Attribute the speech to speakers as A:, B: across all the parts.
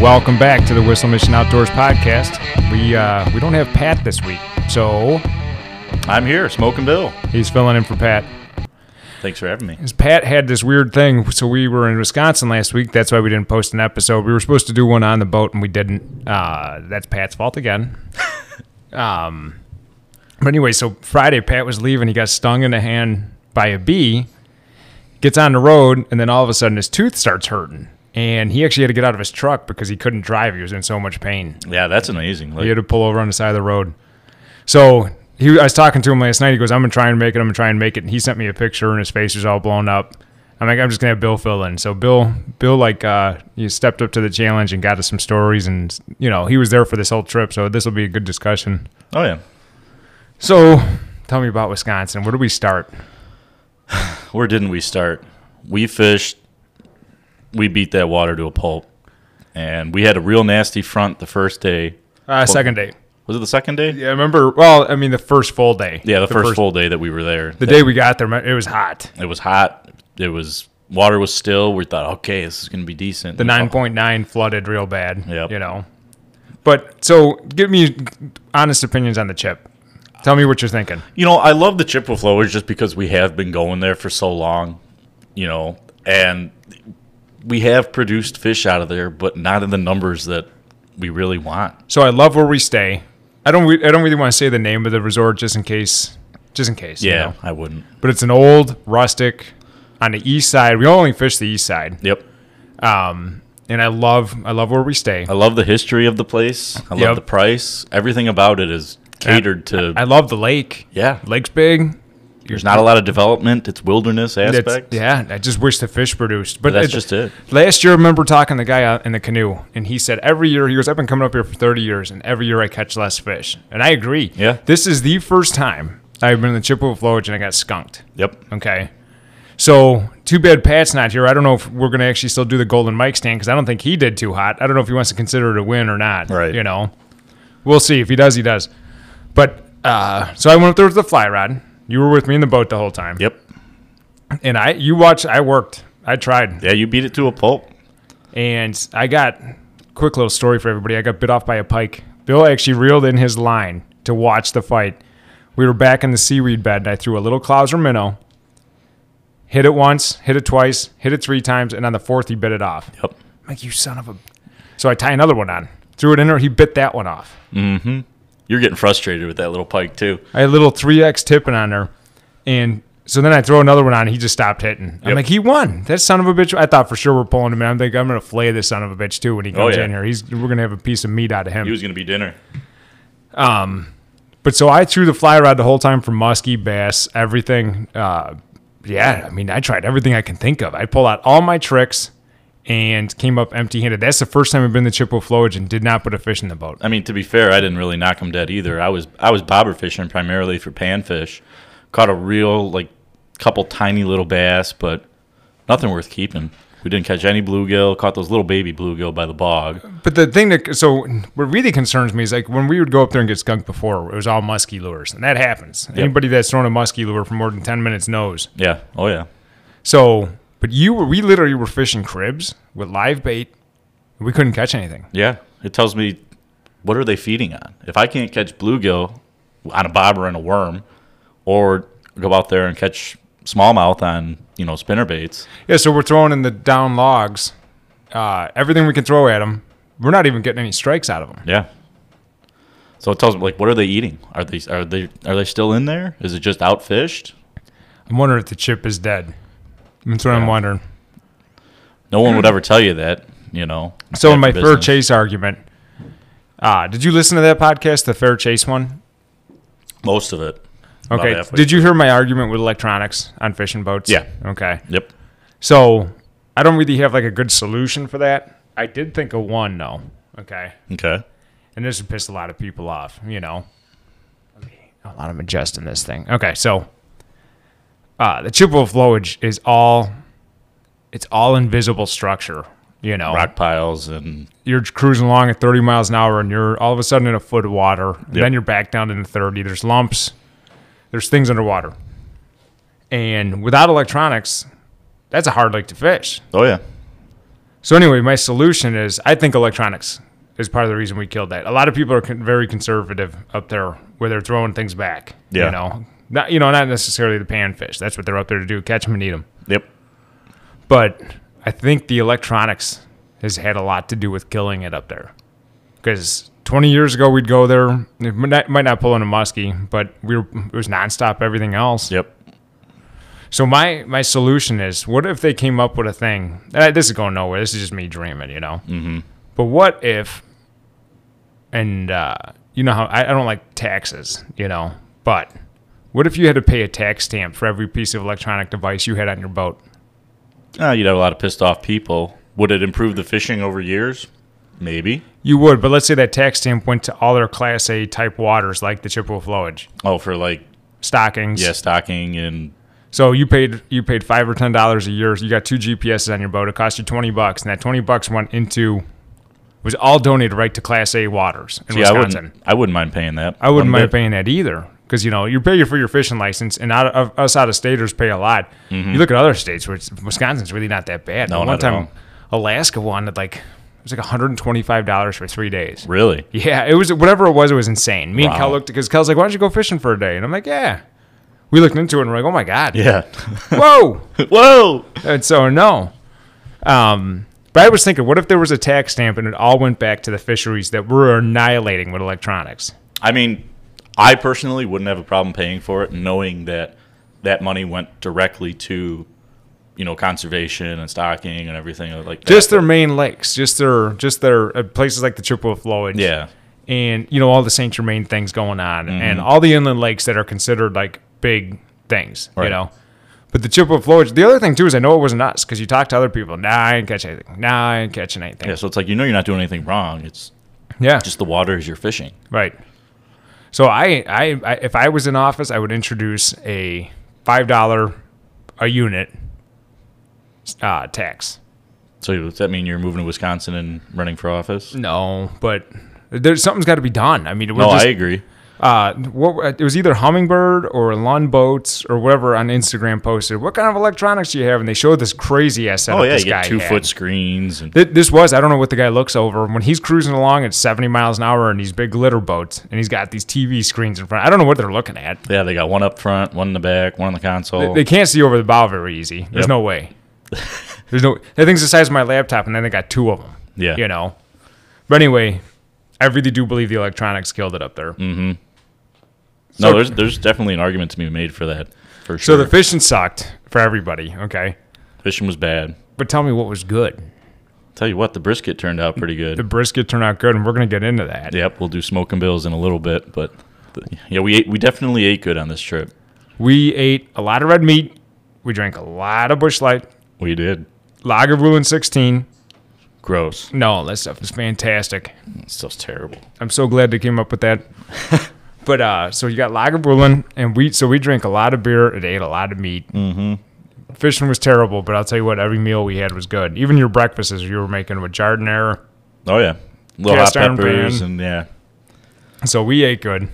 A: welcome back to the Whistle Mission Outdoors podcast. We uh, we don't have Pat this week, so
B: I'm here, smoking Bill.
A: he's filling in for Pat.
B: Thanks for having me.
A: 'Cause Pat had this weird thing, so we were in Wisconsin last week. That's why we didn't post an episode. We were supposed to do one on the boat, and we didn't. Uh, that's Pat's fault again. um, but anyway, so Friday Pat was leaving. He got stung in the hand by a bee. Gets on the road, and then all of a sudden his tooth starts hurting, and he actually had to get out of his truck because he couldn't drive. He was in so much pain.
B: Yeah, that's amazing. Like,
A: He had to pull over on the side of the road. So he, I was talking to him last night. He goes, "I'm gonna try and make it. I'm gonna try and make it." And he sent me a picture, and his face was all blown up. I'm like, "I'm just gonna have Bill fill in." So Bill, Bill, like, uh, he stepped up to the challenge and got us some stories, and you know, he was there for this whole trip. So this will be a good discussion.
B: oh yeah,
A: So tell me about Wisconsin. Where do we start? Uh,
B: where didn't we start? We fished. We beat that water to a pulp, and we had a real nasty front the first day.
A: Uh, second day.
B: Was it the second day?
A: Yeah, I remember. Well, I mean, the first full day.
B: Yeah, the, first, full day that we were there.
A: The day we got there, it was hot.
B: it was hot. It was water was still. We thought, okay, this is gonna be decent.
A: the nine point nine flooded real bad.
B: Yep.
A: You know. But so give me honest opinions on the chip. Tell me what you're thinking.
B: You know, I love the Chippewa Flowers just because we have been going there for so long, you know, and we have produced fish out of there, but not in the numbers that we really want.
A: So I love where we stay. I don't re- I don't really want to say the name of the resort just in case just in case. you
B: Yeah,
A: know.
B: I wouldn't.
A: But it's an old rustic on the east side. We only fish the east side. Um,
B: Yep.
A: And I love I love where we stay.
B: I love the history of the place. I love
A: Yep.
B: the price. Everything about it is catered to.
A: I love the lake.
B: yeah.
A: Lake's big.
B: There's not a lot of development. It's wilderness
A: That's-
B: aspect.
A: yeah, I just wish the fish produced. But
B: That's
A: it-
B: just it.
A: Last year, I remember talking to the guy out in the canoe, and he said every year he goes, "I've been coming up here for 30 years, and every year I catch less fish." And I agree.
B: Yeah.
A: this is the first time I've been in the Chippewa Flowage and I got skunked.
B: Yep.
A: Okay, so too bad Pat's not here. I don't know if we're gonna actually still do the Golden Mike stand because I don't think he did too hot. I don't know if he wants to consider it a win or not.
B: Right.
A: You know, we'll see if he does. He does. But uh, so I went up there with the fly rod. You were with me in the boat the whole time.
B: Yep.
A: And I, you watched. I worked. I tried
B: Yeah, you beat it to a pulp.
A: and I got quick little story for everybody. I got bit off by a pike. Bill actually reeled in his line to watch the fight. We were back in the seaweed bed, and I threw a little Clouser minnow. Hit it once, hit it twice, hit it three times, and on the fourth he bit it off.
B: Yep.
A: I'm like you son of a. So I tie another one on, threw it in there. He bit that one off.
B: You're getting frustrated with that little pike too.
A: I had a little three X tipping on there, and so then I throw another one on. He just stopped hitting. I'm
B: Yep.
A: like, he won. That son of a bitch. I thought for sure we're pulling him in. I'm like, I'm gonna flay this son of a bitch too when he comes
B: Oh, yeah.
A: in here. He's we're gonna have a piece of meat out of him.
B: He was going to be dinner.
A: but so I threw the fly rod the whole time for muskie, bass, everything. Uh, yeah, I mean, I tried everything I can think of. I pulled out all my tricks and came up empty handed. That's the first time I've been to Chippewa Flowage and did not put a fish in the boat.
B: I mean, to be fair, I didn't really knock him dead either. I was I was bobber fishing primarily for panfish. Caught a real like couple tiny little bass, but nothing worth keeping. We didn't catch any bluegill. Caught those little baby bluegill by the bog.
A: But the thing that so what really concerns me is like when we would go up there and get skunked before, it was all musky lures, and that happens. Anybody that's thrown a musky lure for more than ten minutes knows.
B: Yeah. Oh yeah.
A: So, but you were we literally were fishing cribs with live bait. and We couldn't catch anything.
B: Yeah. It tells me what are they feeding on. If I can't catch bluegill on a bobber and a worm, or go out there and catch smallmouth on you know spinner baits.
A: Yeah, so we're throwing in the down logs, uh, everything we can throw at them. We're not even getting any strikes out of them.
B: Yeah. So it tells me like what are they eating? Are they are they are they still in there? Is it just outfished?
A: I'm wondering if the chip is dead. That's what I'm wondering.
B: No one would ever tell you that, you know.
A: So, in my
B: After
A: fair
B: business.
A: chase argument, uh, did you listen to that podcast, the fair chase one?
B: most of it. about
A: Okay.
B: halfway
A: Did you hear my argument with electronics on fishing boats?
B: Yeah.
A: Okay.
B: through. Yep.
A: So I don't really have like a good solution for that. I did think of one though. Okay.
B: Okay.
A: And this would piss a lot of people off, you know. A lot of adjusting this thing. Okay, so uh the Chippewa flowage is all it's all invisible structure, you know.
B: Rock piles and
A: You're cruising along at 30 miles an hour and you're all of a sudden in a foot of water. And
B: Yep.
A: Then you're back down in the 30. There's lumps. There's things underwater. And without electronics, that's a hard lake to fish.
B: oh yeah.
A: So anyway, my solution is I think electronics is part of the reason we killed that. A lot of people are con- very conservative up there where they're throwing things back.
B: Yeah.
A: You know, not you know not necessarily the panfish. That's what they're up there to do: catch them and eat them.
B: Yep.
A: But I think the electronics has had a lot to do with killing it up there. Because 20 years ago, we'd go there. It might not, might not pull in a muskie, but we were, it was nonstop everything else.
B: Yep.
A: So my my solution is, what if they came up with a thing? Uh, this is going nowhere. This is just me dreaming, you know. Mm-hmm. But what if? And uh, you know how I, I don't like taxes, you know. But what if you had to pay a tax stamp for every piece of electronic device you had on your boat?
B: Ah, you'd have a lot of pissed off people. Would it improve the fishing over years? Maybe.
A: You would, but let's say that tax stamp went to all their Class A type waters, like the Chippewa flowage,
B: Oh, for like
A: stockings.
B: yeah, stocking and
A: So you paid you paid five or ten dollars a year. You got two GPSs on your boat. It cost you twenty bucks, and that twenty bucks went into was all donated right to Class A waters in
B: yeah, I
A: Wisconsin.
B: wouldn't. I wouldn't mind paying that.
A: I wouldn't
B: One
A: mind
B: bit.
A: paying that either because you know you pay for your fishing license, and out of, us out of staters pay a lot. You look at other states where it's, Wisconsin's really not that bad.
B: Mm-hmm. No,
A: one
B: not at
A: time Alaska wanted like it was like one hundred and twenty five dollars for three days.
B: Really?
A: Yeah, it was whatever it was. It was insane. Me and
B: Wow.
A: Cal looked because Cal's like, "Why don't you go fishing for a day?" And I'm like, "Yeah." We looked into it and we're like, "Oh my god,
B: Yeah.
A: whoa!"
B: Whoa.
A: And so no. Um, but I was thinking, what if there was a tax stamp and it all went back to the fisheries that we're annihilating with electronics?
B: I mean, I personally wouldn't have a problem paying for it, knowing that that money went directly to, you know, conservation and stocking and everything like that.
A: Just their main lakes, just their just their uh, places like the Chippewa Flowage,
B: yeah,
A: and you know all the Saint Germain things going on,
B: Mm-hmm.
A: and all the inland lakes that are considered like big things, you
B: Right.
A: know. But the Chippewa Flowage. The other thing too is I know it wasn't us because you talk to other people. Nah, I ain't catching anything. Nah, I ain't catching anything.
B: yeah. So it's like you know you're not doing anything wrong. It's
A: Yeah,
B: just the water is your fishing.
A: right. So I, I, I, if I was in office, I would introduce a five dollar a unit uh, tax.
B: So does that mean you're moving to Wisconsin and running for office?
A: No, but there's something's got to be done. I mean, we're
B: No,
A: just,
B: I agree.
A: uh, what it was either hummingbird or lawn boats or whatever on Instagram posted. What kind of electronics do you have? And they showed this crazy ass setup.
B: Oh yeah,
A: this
B: you get
A: guy
B: two
A: had.
B: foot screens and
A: Th- This was I don't know what the guy looks over when he's cruising along at 70 miles an hour in these big litter boats and he's got these TV screens in front. I don't know what they're looking at.
B: yeah, they got one up front, one in the back, one on the console.
A: They can't see over the bow very easy. There's
B: Oh. Yep.
A: no way. There's no that thing's the size of my laptop, and then they got two of them.
B: Yeah.
A: you know. But anyway, I really do believe the electronics killed it up there.
B: no,
A: so-
B: there's there's definitely an argument to be made for that for
A: So
B: sure.
A: the fishing sucked for everybody. Okay,
B: fishing was bad.
A: but tell me what was good.
B: Tell you what, the brisket turned out pretty
A: The
B: good.
A: brisket turned out good, and we're gonna get into that.
B: Yep, we'll do smoking bills in a little bit, but th- yeah, we ate, we definitely ate good on this trip.
A: We ate a lot of red meat. We drank a lot of Bush Light.
B: We did.
A: Lager Ruin 16.
B: Gross.
A: No, that stuff is fantastic.
B: That stuff's terrible.
A: I'm so glad they came up with that. but uh, so you got Lagerbrulin, and we so we drank a lot of beer and ate a lot of meat. Mm-hmm. Fishing was terrible, but I'll tell you what, every meal we had was good. Even your breakfasts you were making with jardinera.
B: Oh yeah, little
A: Cast
B: hot
A: iron
B: peppers
A: pan.
B: and yeah,
A: So we ate good.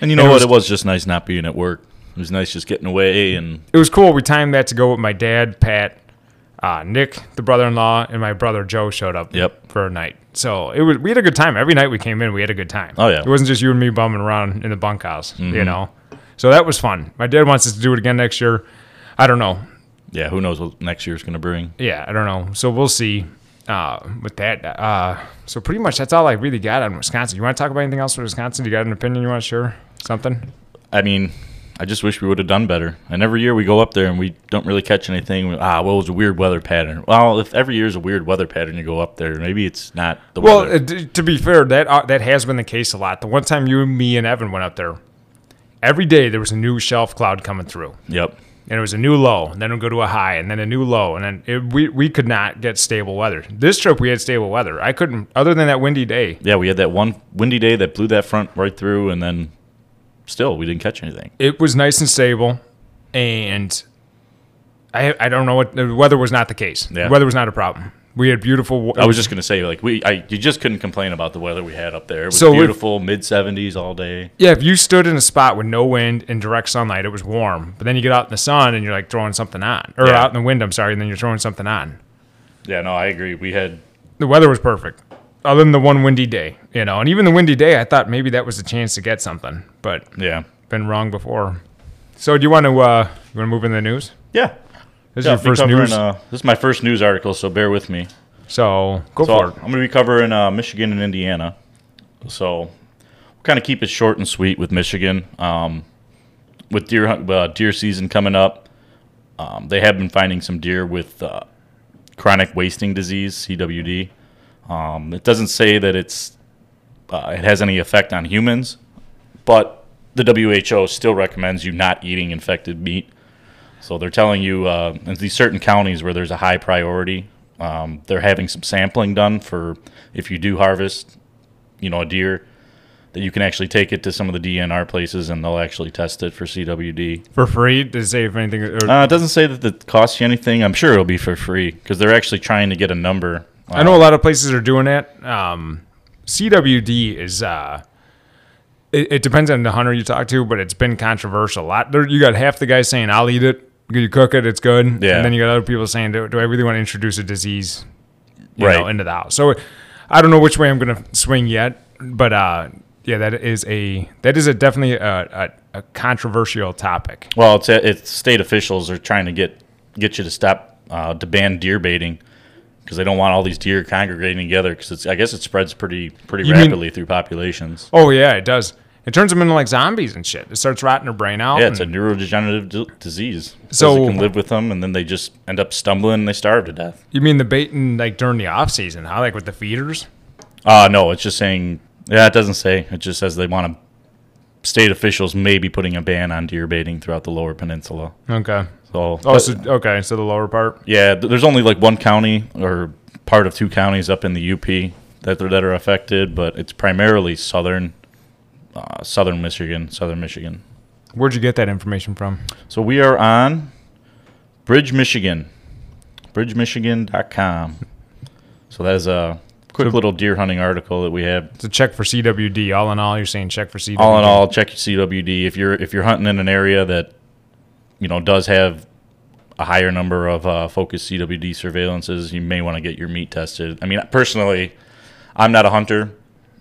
B: and you know
A: And it
B: what?
A: was-
B: it was just nice not being at work. It was nice just getting away and
A: It was cool. We timed that to go with my dad, Pat, uh, Nick, the brother-in-law, and my brother Joe showed up.
B: Yep.
A: for a night. So it was. We had a good time. Every night we came in, we had a good time.
B: Oh, yeah. Mm-hmm.
A: It wasn't just you and me bumming around in the bunkhouse. You know. So that was fun. My dad wants us to do it again next year. I don't know.
B: yeah, who knows what next year's gonna bring?
A: yeah, I don't know. So we'll see. Uh, with that, uh, so pretty much that's all I really got on Wisconsin. You want to talk about anything else with Wisconsin? You got an opinion you want to share? Something?
B: I mean, I just wish we would have done better. And every year we go up there and we don't really catch anything. We- ah, well, it was a weird weather pattern. Well, if every year is a weird weather pattern, you go up there, maybe it's not the
A: Well,
B: weather.
A: uh, d- to be fair, that uh, that has been the case a lot. The one time you, me, and Evan went up there, every day there was a new shelf cloud coming through,
B: yep.
A: and it was a new low, and then it would go to a high, and then a new low, and then it, we we could not get stable weather. This trip we had stable weather. I couldn't, other than that windy day.
B: Yeah, we had that one windy day that blew that front right through, and then still we didn't catch anything.
A: it was nice and stable, and I I don't know what the weather was not the case.
B: Yeah.
A: The weather was not a problem. We had beautiful.
B: I was just gonna say, like we, I, you just couldn't complain about the weather we had up there. It was
A: So we-
B: beautiful, mid seventies all day.
A: yeah. If you stood in a spot with no wind and direct sunlight, it was warm. But then you get out in the sun and you're like throwing something on, or
B: Yeah.
A: out in the wind. I'm sorry, and then you're throwing something on.
B: Yeah, no, I agree. We had
A: The weather was perfect, other than the one windy day, you know. And even the windy day, I thought maybe that was a chance to get something, but
B: yeah,
A: been wrong before. So do you want to uh, you want to move in the news?
B: yeah.
A: This
B: Yeah, I'll
A: is
B: be
A: your first
B: covering,
A: news,
B: Uh, this is my first news article, so bear with me.
A: so go
B: So
A: for
B: I'm
A: it.
B: going to be covering uh, Michigan and Indiana. So we'll kind of keep it short and sweet with Michigan. Um, with deer hunt- uh, deer season coming up, um, they have been finding some deer with uh, chronic wasting disease (CWD). Um, it doesn't say that it's uh, it has any effect on humans, but the WHO still recommends you not eating infected meat. So they're telling you uh, in these certain counties where there's a high priority, um, they're having some sampling done for if you do harvest, you know, a deer, that you can actually take it to some of the DNR places and they'll actually test it for CWD.
A: For free to say if anything. Or,
B: Uh, it doesn't say that it costs you anything. I'm sure it'll be for free because they're actually trying to get a number. uh,
A: I know a lot of places are doing that. Um, CWD is. Uh, it, it depends on the hunter you talk to, but it's been controversial a lot. There, you got half the guys saying, "I'll eat it." You cook it, it's good.
B: Yeah.
A: And then you got other people saying, "Do, do I really want to introduce a disease, you
B: Right.
A: know, into the house?" So, I don't know which way I'm going to swing yet, but uh, yeah, that is a that is a definitely a, a, a controversial topic.
B: Well, it's, it's state officials are trying to get get you to stop uh, to ban deer baiting because they don't want all these deer congregating together because I guess it spreads pretty pretty
A: mean-
B: rapidly through populations.
A: Oh yeah, it does. It turns them into like zombies and shit. It starts rotting their brain out.
B: Yeah, it's a
A: and-
B: neurodegenerative d- disease. So
A: Hmm. So-
B: you can live with them, and then they just end up stumbling and they starve to death.
A: you mean the baiting like during the off season? Huh? Like with the feeders?
B: Uh no, it's just saying. Yeah, it doesn't say. It just says they want to. State officials may be putting a ban on deer baiting throughout the Lower Peninsula.
A: Okay. Oh,
B: So, but-
A: so, okay. So the lower part.
B: yeah, th- there's only like one county or part of two counties up in the UP that are, that are affected, but it's primarily southern, uh, southern Michigan, southern Michigan.
A: Where'd you get that information from?
B: So we are on Bridge, Michigan. BridgeMichigan.com. So that is a quick little deer hunting article that we have.
A: It's a check for CWD. All in all, you're saying check for CWD.
B: All in all, check your CWD. If you're if you're hunting in an area that you know does have a higher number of uh, focused CWD surveillances, you may want to get your meat tested. I mean, personally, I'm not a hunter,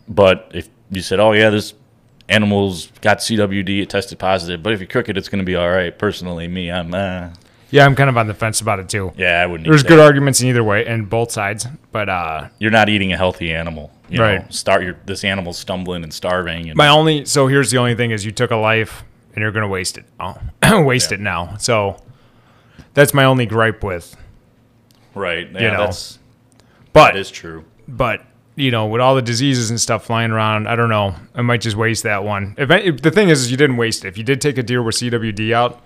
B: but if you said, "Oh yeah, this animal's got CWD, it tested positive," but if you cook it, it's going to be all right. Personally, me, I'm uh,
A: Yeah, I'm kind of on the fence about it too.
B: Yeah, I wouldn't.
A: There's
B: eat
A: good
B: that.
A: arguments in either way and both sides, but uh,
B: You're not eating a healthy animal, you know?
A: Right.
B: Start your this animal's stumbling and starving. And
A: my only so here's the only thing is you took a life and you're gonna waste it. Oh, waste
B: Yeah.
A: it now. So that's my only gripe with.
B: right, yeah,
A: know,
B: that's
A: But
B: that is true.
A: but you know, with all the diseases and stuff flying around, I don't know. I might just waste that one. If, I, if the thing is, is you didn't waste it. If you did take a deer with CWD out,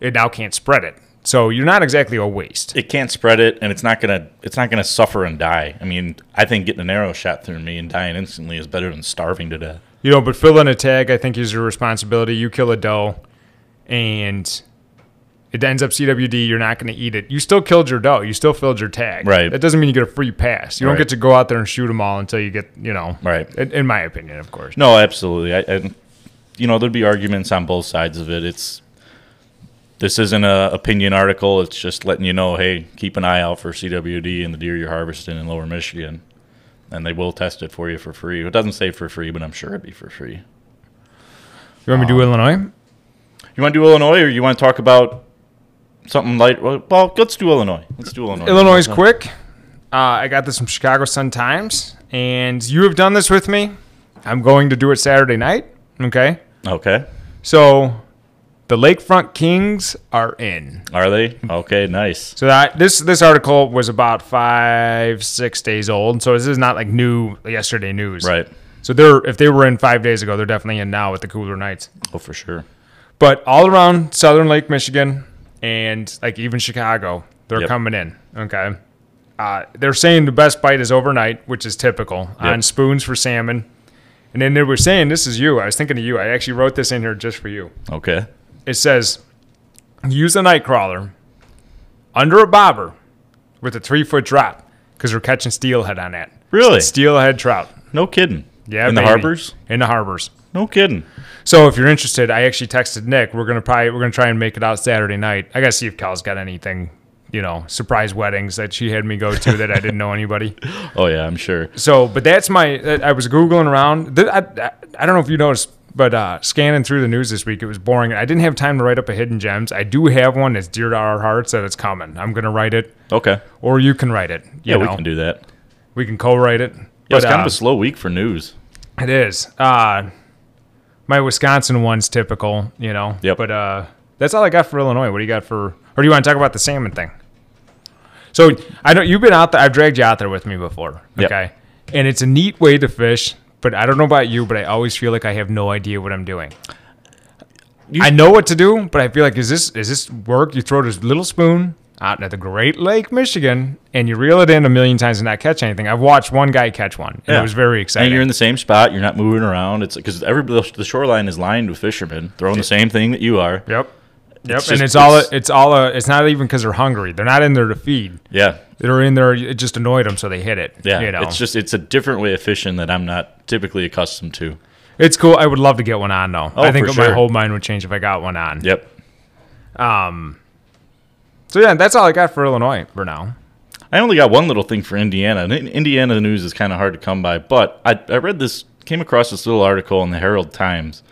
A: it now can't spread it. So you're not exactly a waste.
B: It can't spread it, and it's not gonna it's not gonna suffer and die. I mean, I think getting an arrow shot through me and dying instantly is better than starving to death.
A: You know, but fill in a tag, I think, is your responsibility. You kill a doe, and it ends up CWD. You're not going to eat it. You still killed your doe. You still filled your tag.
B: Right.
A: That doesn't mean you get a free pass. You don't
B: Right.
A: get to go out there and shoot them all until you get, you know.
B: Right.
A: In, in my opinion, of course.
B: No, absolutely. I, and you know, there'd be arguments on both sides of it. It's this isn't a opinion article. It's just letting you know, hey, keep an eye out for CWD and the deer you're harvesting in Lower Michigan, and they will test it for you for free. It doesn't say for free, but I'm sure it'd be for free.
A: You want me to do Illinois?
B: You want to do Illinois, or you want to talk about something light? Well, well, let's do Illinois. Let's do Illinois.
A: Illinois is quick. Uh, I got this from Chicago Sun Times, and you have done this with me. I'm going to do it Saturday night. Okay,
B: Okay.
A: so the Lakefront Kings are in.
B: Are they okay? Nice.
A: So that this this article was about five six days old. So this is not like new yesterday news,
B: Right.
A: So they're if they were in five days ago, they're definitely in now with the cooler nights.
B: Oh, for sure.
A: But all around Southern Lake Michigan and like even Chicago, they're
B: Yep.
A: coming in. Okay. Uh, they're saying the best bite is overnight, which is typical on spoons for salmon. And then they were saying, this is you. I was thinking of you. I actually wrote this in here just for you.
B: Okay.
A: It says, use a night crawler under a bobber with a three foot drop because we're catching steelhead on that.
B: Really?
A: Steelhead trout.
B: No kidding.
A: Yeah.
B: In
A: baby.
B: the harbors.
A: In the harbors.
B: No kidding.
A: So if you're interested, I actually texted Nick. We're gonna probably we're gonna try and make it out Saturday night. I gotta see if Cal's got anything you know, surprise weddings that she had me go to that I didn't know anybody.
B: Oh yeah, I'm sure.
A: So, but that's my. I was googling around. Th- I, I, I don't know if you noticed, but uh, scanning through the news this week, it was boring. I didn't have time to write up a hidden gems. I do have one that's dear to our hearts that it's coming. I'm gonna write it,
B: Okay.
A: or you can write it. You
B: Yeah,
A: know.
B: we can do that.
A: We can co-write it.
B: Yeah, it's kind of
A: uh,
B: a slow week for news.
A: It is. Uh, my Wisconsin one's typical, you know.
B: Yep.
A: But uh, that's all I got for Illinois. What do you got for? Or do you want to talk about the salmon thing? So I know you've been out there. I've dragged you out there with me before.
B: Yep.
A: Okay. And it's a neat way to fish, but I don't know about you, but I always feel like I have no idea what I'm doing.
B: You-
A: I know what to do, but I feel like is this is this work? You throw this little spoon out into the Great Lake, Michigan, and you reel it in a million times and not catch anything. I've watched one guy catch one, and
B: Yeah.
A: it was very
B: And
A: exciting.
B: you're in the same spot. You're not moving around. It's because every the shoreline is lined with fishermen throwing the same thing that you are.
A: Yep. Yep.
B: It's
A: and
B: just-
A: it's all
B: it's-
A: it's all a, it's not even because they're hungry. They're not in there to feed.
B: Yeah,
A: They're in there. It just annoyed them, so they hit it.
B: yeah.
A: You know,
B: It's just it's a different way of fishing that I'm not typically accustomed to.
A: it's cool. I would love to get one on though.
B: Oh,
A: I think
B: for
A: my
B: sure.
A: whole mind would change if I got one on.
B: Yep.
A: So yeah, that's all I got for Illinois for now.
B: I only got one little thing for Indiana. and in- Indiana news is kind of hard to come by, but I, I read this, came across this little article in the Herald Times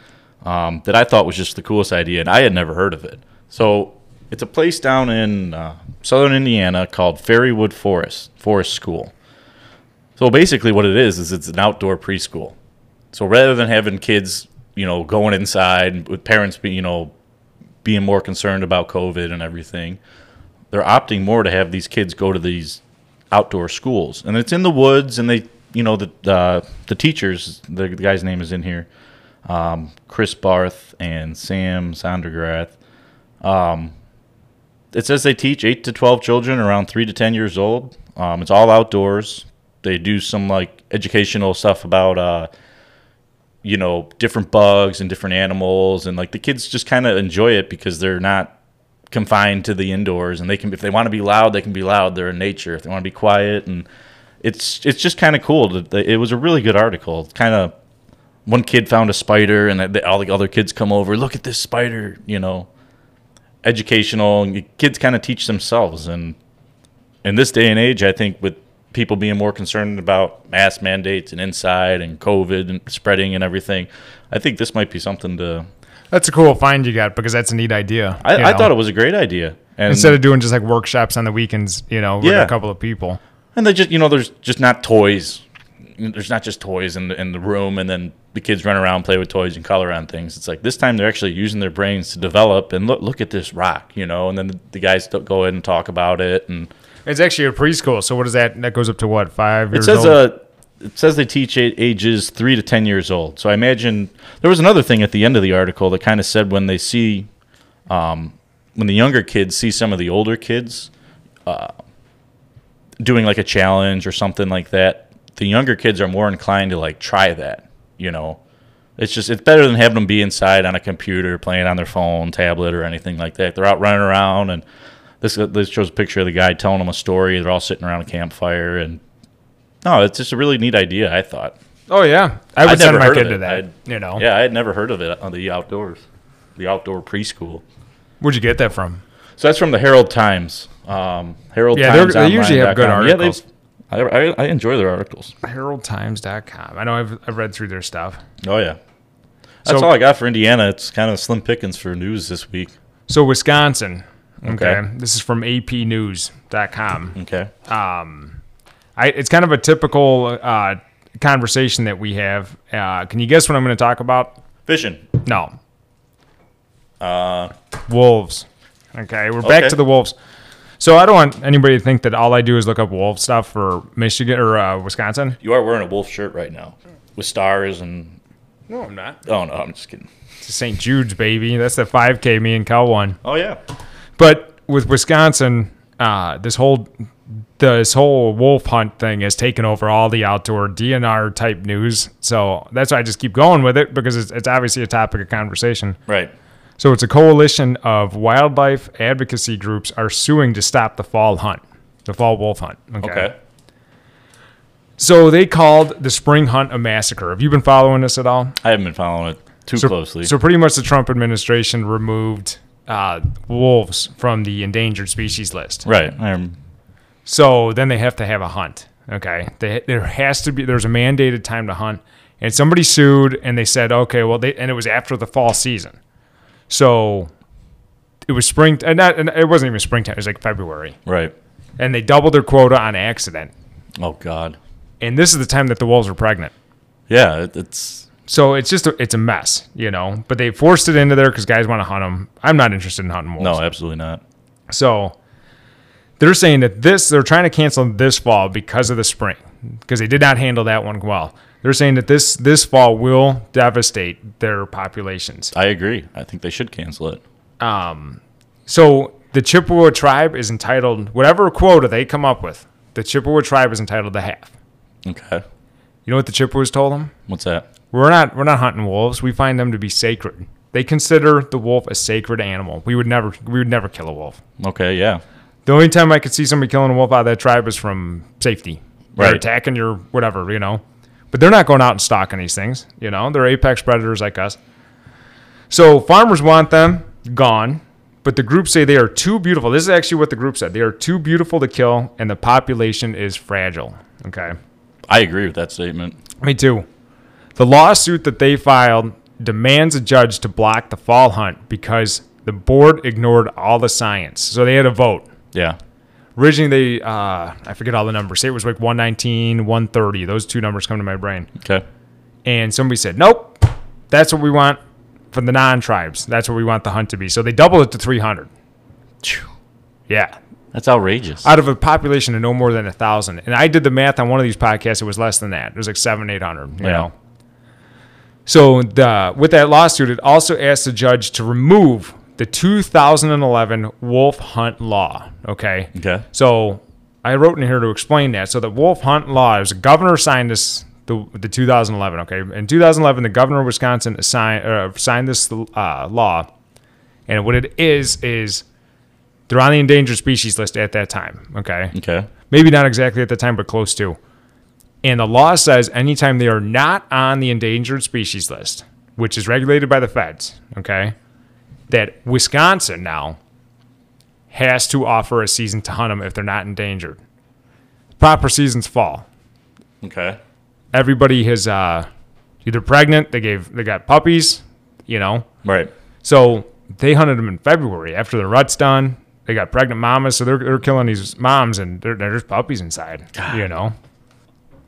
B: um, that I thought was just the coolest idea, and I had never heard of it. So it's a place down in uh, southern Indiana called Fairywood Forest Forest School. So basically, what it is is it's an outdoor preschool. So rather than having kids, you know, going inside with parents, be, you know, being more concerned about COVID and everything, they're opting more to have these kids go to these outdoor schools, and it's in the woods. And they, you know, the uh, the teachers, the, the guy's name is in here, um, Chris Barth and Sam Sondergrath. Um, it says they teach eight to twelve children around three to ten years old. Um, it's all outdoors. They do some like educational stuff about. Uh, you know different bugs and different animals and like the kids just kind of enjoy it because they're not confined to the indoors and they can if they want to be loud they can be loud they're in nature if they want to be quiet and it's it's just kind of cool that they- it was a really good article kind of one kid found a spider and the, all the other kids come over look at this spider you know educational and the kids kind of teach themselves and in this day and age i think with people being more concerned about mask mandates and inside and covid and spreading and everything i think this might be something to
A: That's a cool find you got because that's a neat idea.
B: i,
A: you
B: I
A: know.
B: thought it was a great idea and
A: instead of doing just like workshops on the weekends, you know, with
B: Yeah.
A: a couple of people.
B: And they just, you know, there's just not toys. There's not just toys in the, in the room, and then the kids run around, play with toys, and color on things. It's like this time they're actually using their brains to develop and look, look at this rock, you know. And then the, the guys don't go in and talk about it. And
A: It's actually a preschool. So what is that? That goes up to what five
B: it
A: years
B: says
A: old?
B: uh, it says they teach a- ages three to ten years old. So I imagine there was another thing at the end of the article that kind of said when they see, um, when the younger kids see some of the older kids, uh, doing like a challenge or something like that, the younger kids are more inclined to like try that. You know, it's just it's better than having them be inside on a computer playing on their phone, tablet, or anything like that. They're out running around and. This, this shows a picture of the guy telling them a story. They're all sitting around a campfire, and no, it's just a really neat idea. I thought.
A: oh yeah, I would
B: I'd
A: send
B: never
A: my
B: heard of
A: kid to
B: it.
A: that.
B: I'd-
A: you know,
B: Yeah, I had never heard of it on the outdoors, the outdoor preschool.
A: where'd you get that from?
B: So that's from the Herald Times. Um, Herald
A: Yeah, they're-
B: Times.
A: they usually have good
B: online.com.
A: articles.
B: Yeah, they. I, I, I enjoy their articles.
A: HeraldTimes.com. I know I've, I've read through their stuff.
B: Oh yeah. That's
A: So-
B: all I got for Indiana. It's kind of slim pickings for news this week.
A: So Wisconsin. Okay. Mm-hmm.
B: Okay.
A: This is from apnews.com.
B: Okay.
A: I, it's kind of a typical uh, conversation that we have. Uh, can you guess what I'm going to talk about?
B: Fishing.
A: No. Uh, wolves. Okay, we're back
B: Okay.
A: to the wolves. So I don't want anybody to think that all I do is look up wolf stuff for Michigan or uh, Wisconsin.
B: You are wearing a wolf shirt right now with stars and.
A: No, I'm not.
B: Oh no, I'm just kidding.
A: It's St. Jude's baby. That's the 5K me and Cal won.
B: Oh yeah.
A: But with Wisconsin, uh, this whole this whole wolf hunt thing has taken over all the outdoor DNR type news. So that's why I just keep going with it because it's, it's obviously a topic of conversation.
B: Right.
A: So it's a coalition of wildlife advocacy groups are suing to stop the fall hunt, the fall wolf hunt.
B: Okay.
A: So they called the spring hunt a massacre. Have you been following this at all?
B: I haven't been following it too closely.
A: So pretty much the Trump administration removed uh, wolves from the endangered species list.
B: Right. I'm,
A: So then they have to have a hunt. Okay, they, there has to be there's a mandated time to hunt, and somebody sued and they said okay, well they and it was after the fall season, so it was spring and, not, and it wasn't even springtime. It was like February,
B: right.
A: and they doubled their quota on accident.
B: Oh God.
A: And this is the time that the wolves were pregnant.
B: Yeah. It, it's
A: So it's just a, it's a mess, you know. But they forced it into there because guys want to hunt them. I'm not interested in hunting wolves.
B: no, absolutely not.
A: So they're saying that this, they're trying to cancel this fall because of the spring, because they did not handle that one well. They're saying that this this fall will devastate their populations.
B: I agree. I think they should cancel it.
A: So the Chippewa tribe is entitled whatever quota they come up with. The Chippewa tribe is entitled to half.
B: Okay.
A: You know what the Chippewas told them?
B: What's that?
A: We're not we're not hunting wolves. We find them to be sacred. They consider the wolf a sacred animal. We would never we would never kill a wolf.
B: Okay. Yeah.
A: The only time I could see somebody killing a wolf out of that tribe is from safety. They're
B: Right.
A: attacking your whatever, you know. But they're not going out and stalking these things, you know. They're apex predators like us. So farmers want them gone, but the group say they are too beautiful. This is actually what the group said. They are too beautiful to kill and the population is fragile. Okay.
B: I agree with that statement.
A: Me too. The lawsuit that they filed demands a judge to block the fall hunt because the board ignored all the science. So they had a vote
B: Yeah.
A: originally they uh, i forget all the numbers say it was like 119 130 those two numbers come to my brain
B: Okay.
A: and somebody said nope that's what we want from the non-tribes that's what we want the hunt to be so they doubled it to 300
B: Phew.
A: yeah
B: That's outrageous.
A: out of a population of no more than a thousand and i did the math on one of these podcasts it was less than that it was like seven eight hundred you
B: Yeah.
A: know so the, with that lawsuit it also asked the judge to remove the 2011 wolf hunt law okay
B: okay.
A: so I wrote in here to explain that. So the wolf hunt law, it was the governor signed this the, the 2011. Okay, in 2011, the governor of Wisconsin assigned, uh, signed this uh, law, and what it is is they're on the endangered species list at that time. Okay,
B: Okay.
A: maybe not exactly at the time, but close to. And the law says anytime they are not on the endangered species list, which is regulated by the feds, okay, that Wisconsin now has to offer a season to hunt them if they're not endangered. Proper seasons fall.
B: Okay.
A: Everybody has uh, either pregnant, they gave, they got puppies, you know,
B: Right.
A: so they hunted them in February after the rut's done. They got pregnant mamas, so they're, they're killing these moms and there- there's puppies inside. You know,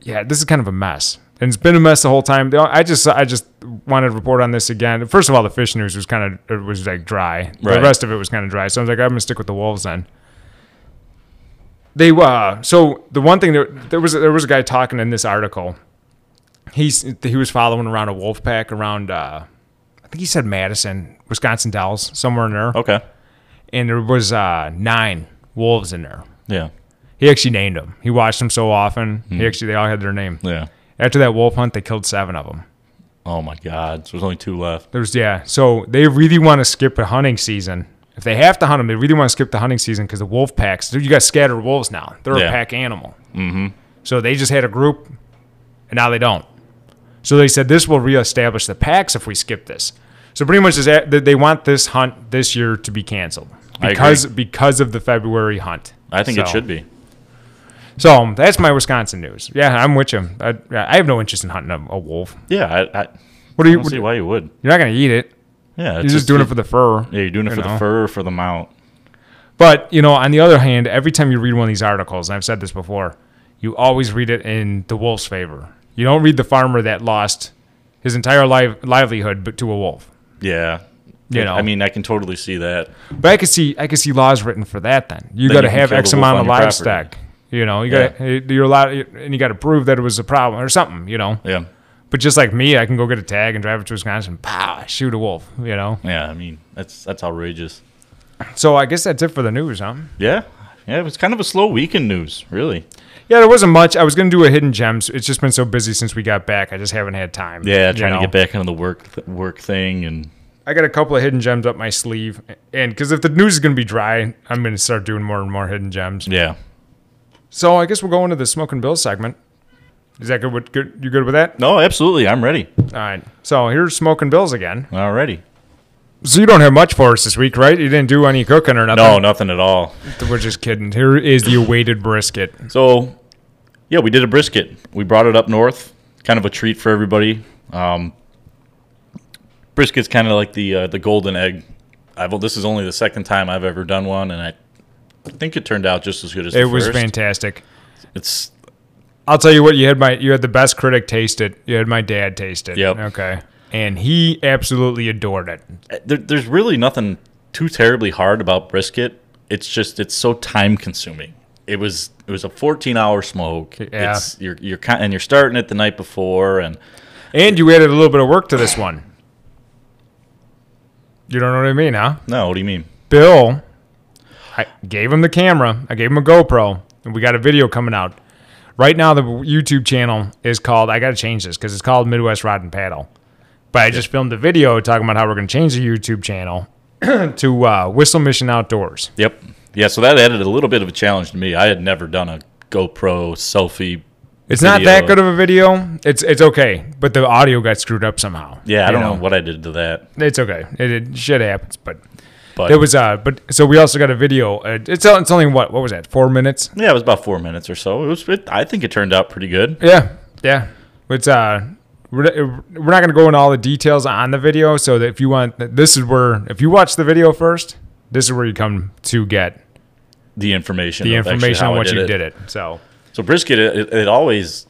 A: yeah, this is kind of a mess, and it's been a mess the whole time. They all- I just I just wanted to report on this again. First of all, the fish news was kind of it was like dry. The
B: Right.
A: rest of it was kind of dry. So I was like, I'm gonna stick with the wolves then. They uh, so the one thing that there was there was a guy talking in this article. He's he was following around a wolf pack around uh, I think he said Madison, Wisconsin Dells, somewhere in there.
B: Okay.
A: And there was uh, nine wolves in there.
B: Yeah.
A: He actually named them. He watched them so often. He actually they all had their name.
B: Yeah.
A: After that wolf hunt, they killed seven of them.
B: Oh my God. So there's only two left.
A: There's yeah. So they really want to skip a hunting season. If they have to hunt them, they really want to skip the hunting season because the wolf packs. You got scattered wolves now. They're a
B: Yeah.
A: pack animal. Mm-hmm. So they just had a group, and now they don't. So they said this will reestablish the packs if we skip this. So pretty much is that that they want this hunt this year to be canceled
B: I agree.
A: because because of the February hunt.
B: I think it
A: So-
B: should be.
A: So um, that's my Wisconsin news. Yeah, I'm with you. I, I have no interest in hunting a, a wolf.
B: Yeah. I, I
A: What are you?
B: don't see why you would.
A: You're not gonna eat it.
B: Yeah.
A: You're just doing it for the fur.
B: Yeah, you're doing
A: you
B: it for
A: know?
B: the fur or for the mount.
A: But you know, on the other hand, every time you read one of these articles, and I've said this before, you always read it in the wolf's favor. You don't read the farmer that lost his entire life, livelihood but to a wolf.
B: Yeah.
A: You know.
B: I mean, I can totally see that.
A: But I could see, I could see laws written for that. Then you got to
B: you can
A: have
B: kill
A: X
B: the wolf
A: amount
B: on
A: of
B: your property.
A: livestock. You know, you eh, got to you're allowed, and you got to prove that it was a problem or something. You know,
B: Yeah.
A: but just like me, I can go get a tag and drive it to Wisconsin, pow, shoot a wolf. You know,
B: Yeah. I mean, that's that's outrageous.
A: so I guess that's it for the news, huh?
B: Yeah. Yeah. It was kind of a slow week in news, really.
A: Yeah, there wasn't much. I was gonna do a hidden gems. It's just been so busy since we got back. I just haven't had time.
B: Yeah.
A: you
B: Trying
A: know?
B: to get back into the work th- work thing and
A: I got a couple of hidden gems up my sleeve, and because if the news is gonna be dry, I'm gonna start doing more and more hidden gems.
B: yeah.
A: So I guess we'll go into the smoke and bill segment. Is that good? With, good? You good with that?
B: No, absolutely. I'm ready.
A: All right. So here's smoke and bills again.
B: Already.
A: So you don't have much for us this week, right? You didn't do any cooking or nothing.
B: No, nothing at all.
A: We're just kidding. Here is the awaited brisket.
B: So, yeah, we did a brisket. We brought it up north, kind of a treat for everybody. Um, brisket's kind of like the uh, the golden egg. I've this is only the second time I've ever done one, and I think it turned out just as good as
A: It
B: the
A: was
B: first.
A: fantastic.
B: It's
A: I'll tell you what, you had my you had the best critic taste it. You had my dad taste it.
B: Yep.
A: Okay. And he absolutely adored it.
B: Uh, there, there's really nothing too terribly hard about brisket. It's just it's so time consuming. It was it was a 14 hour smoke. It's, you're you're ki- and you're starting it the night before, and
A: And you added a little bit of work to this one. You don't know what I mean, huh?
B: no, what do you mean?
A: Bill, I gave him the camera. I gave him a GoPro, and we got a video coming out. Right now, the YouTube channel is called. I got to change this because it's called Midwest Rod and Paddle. But I just filmed a video talking about how we're going to change the YouTube channel to uh, Whistle Mission Outdoors.
B: Yep. Yeah, so that added a little bit of a challenge to me. I had never done a GoPro selfie.
A: It's not
B: Video.
A: that good of a video. It's it's okay, but the audio got screwed up somehow.
B: Yeah, I
A: You
B: don't know. what I did to that.
A: It's okay. It, it shit happens, but
B: But
A: it was uh. But so we also got a video. Uh, it's it's only what what was that? Four minutes.
B: yeah, it was about 4 minutes or so. It was it, I think it turned out pretty good.
A: Yeah, yeah. It's uh, we're, we're not gonna go into all the details on the video, so that if you want, this is where if you watch the video first, this is where you come to get
B: The information
A: the
B: of actually
A: information
B: how
A: on
B: I
A: what you did it. So
B: So brisket it, it, it always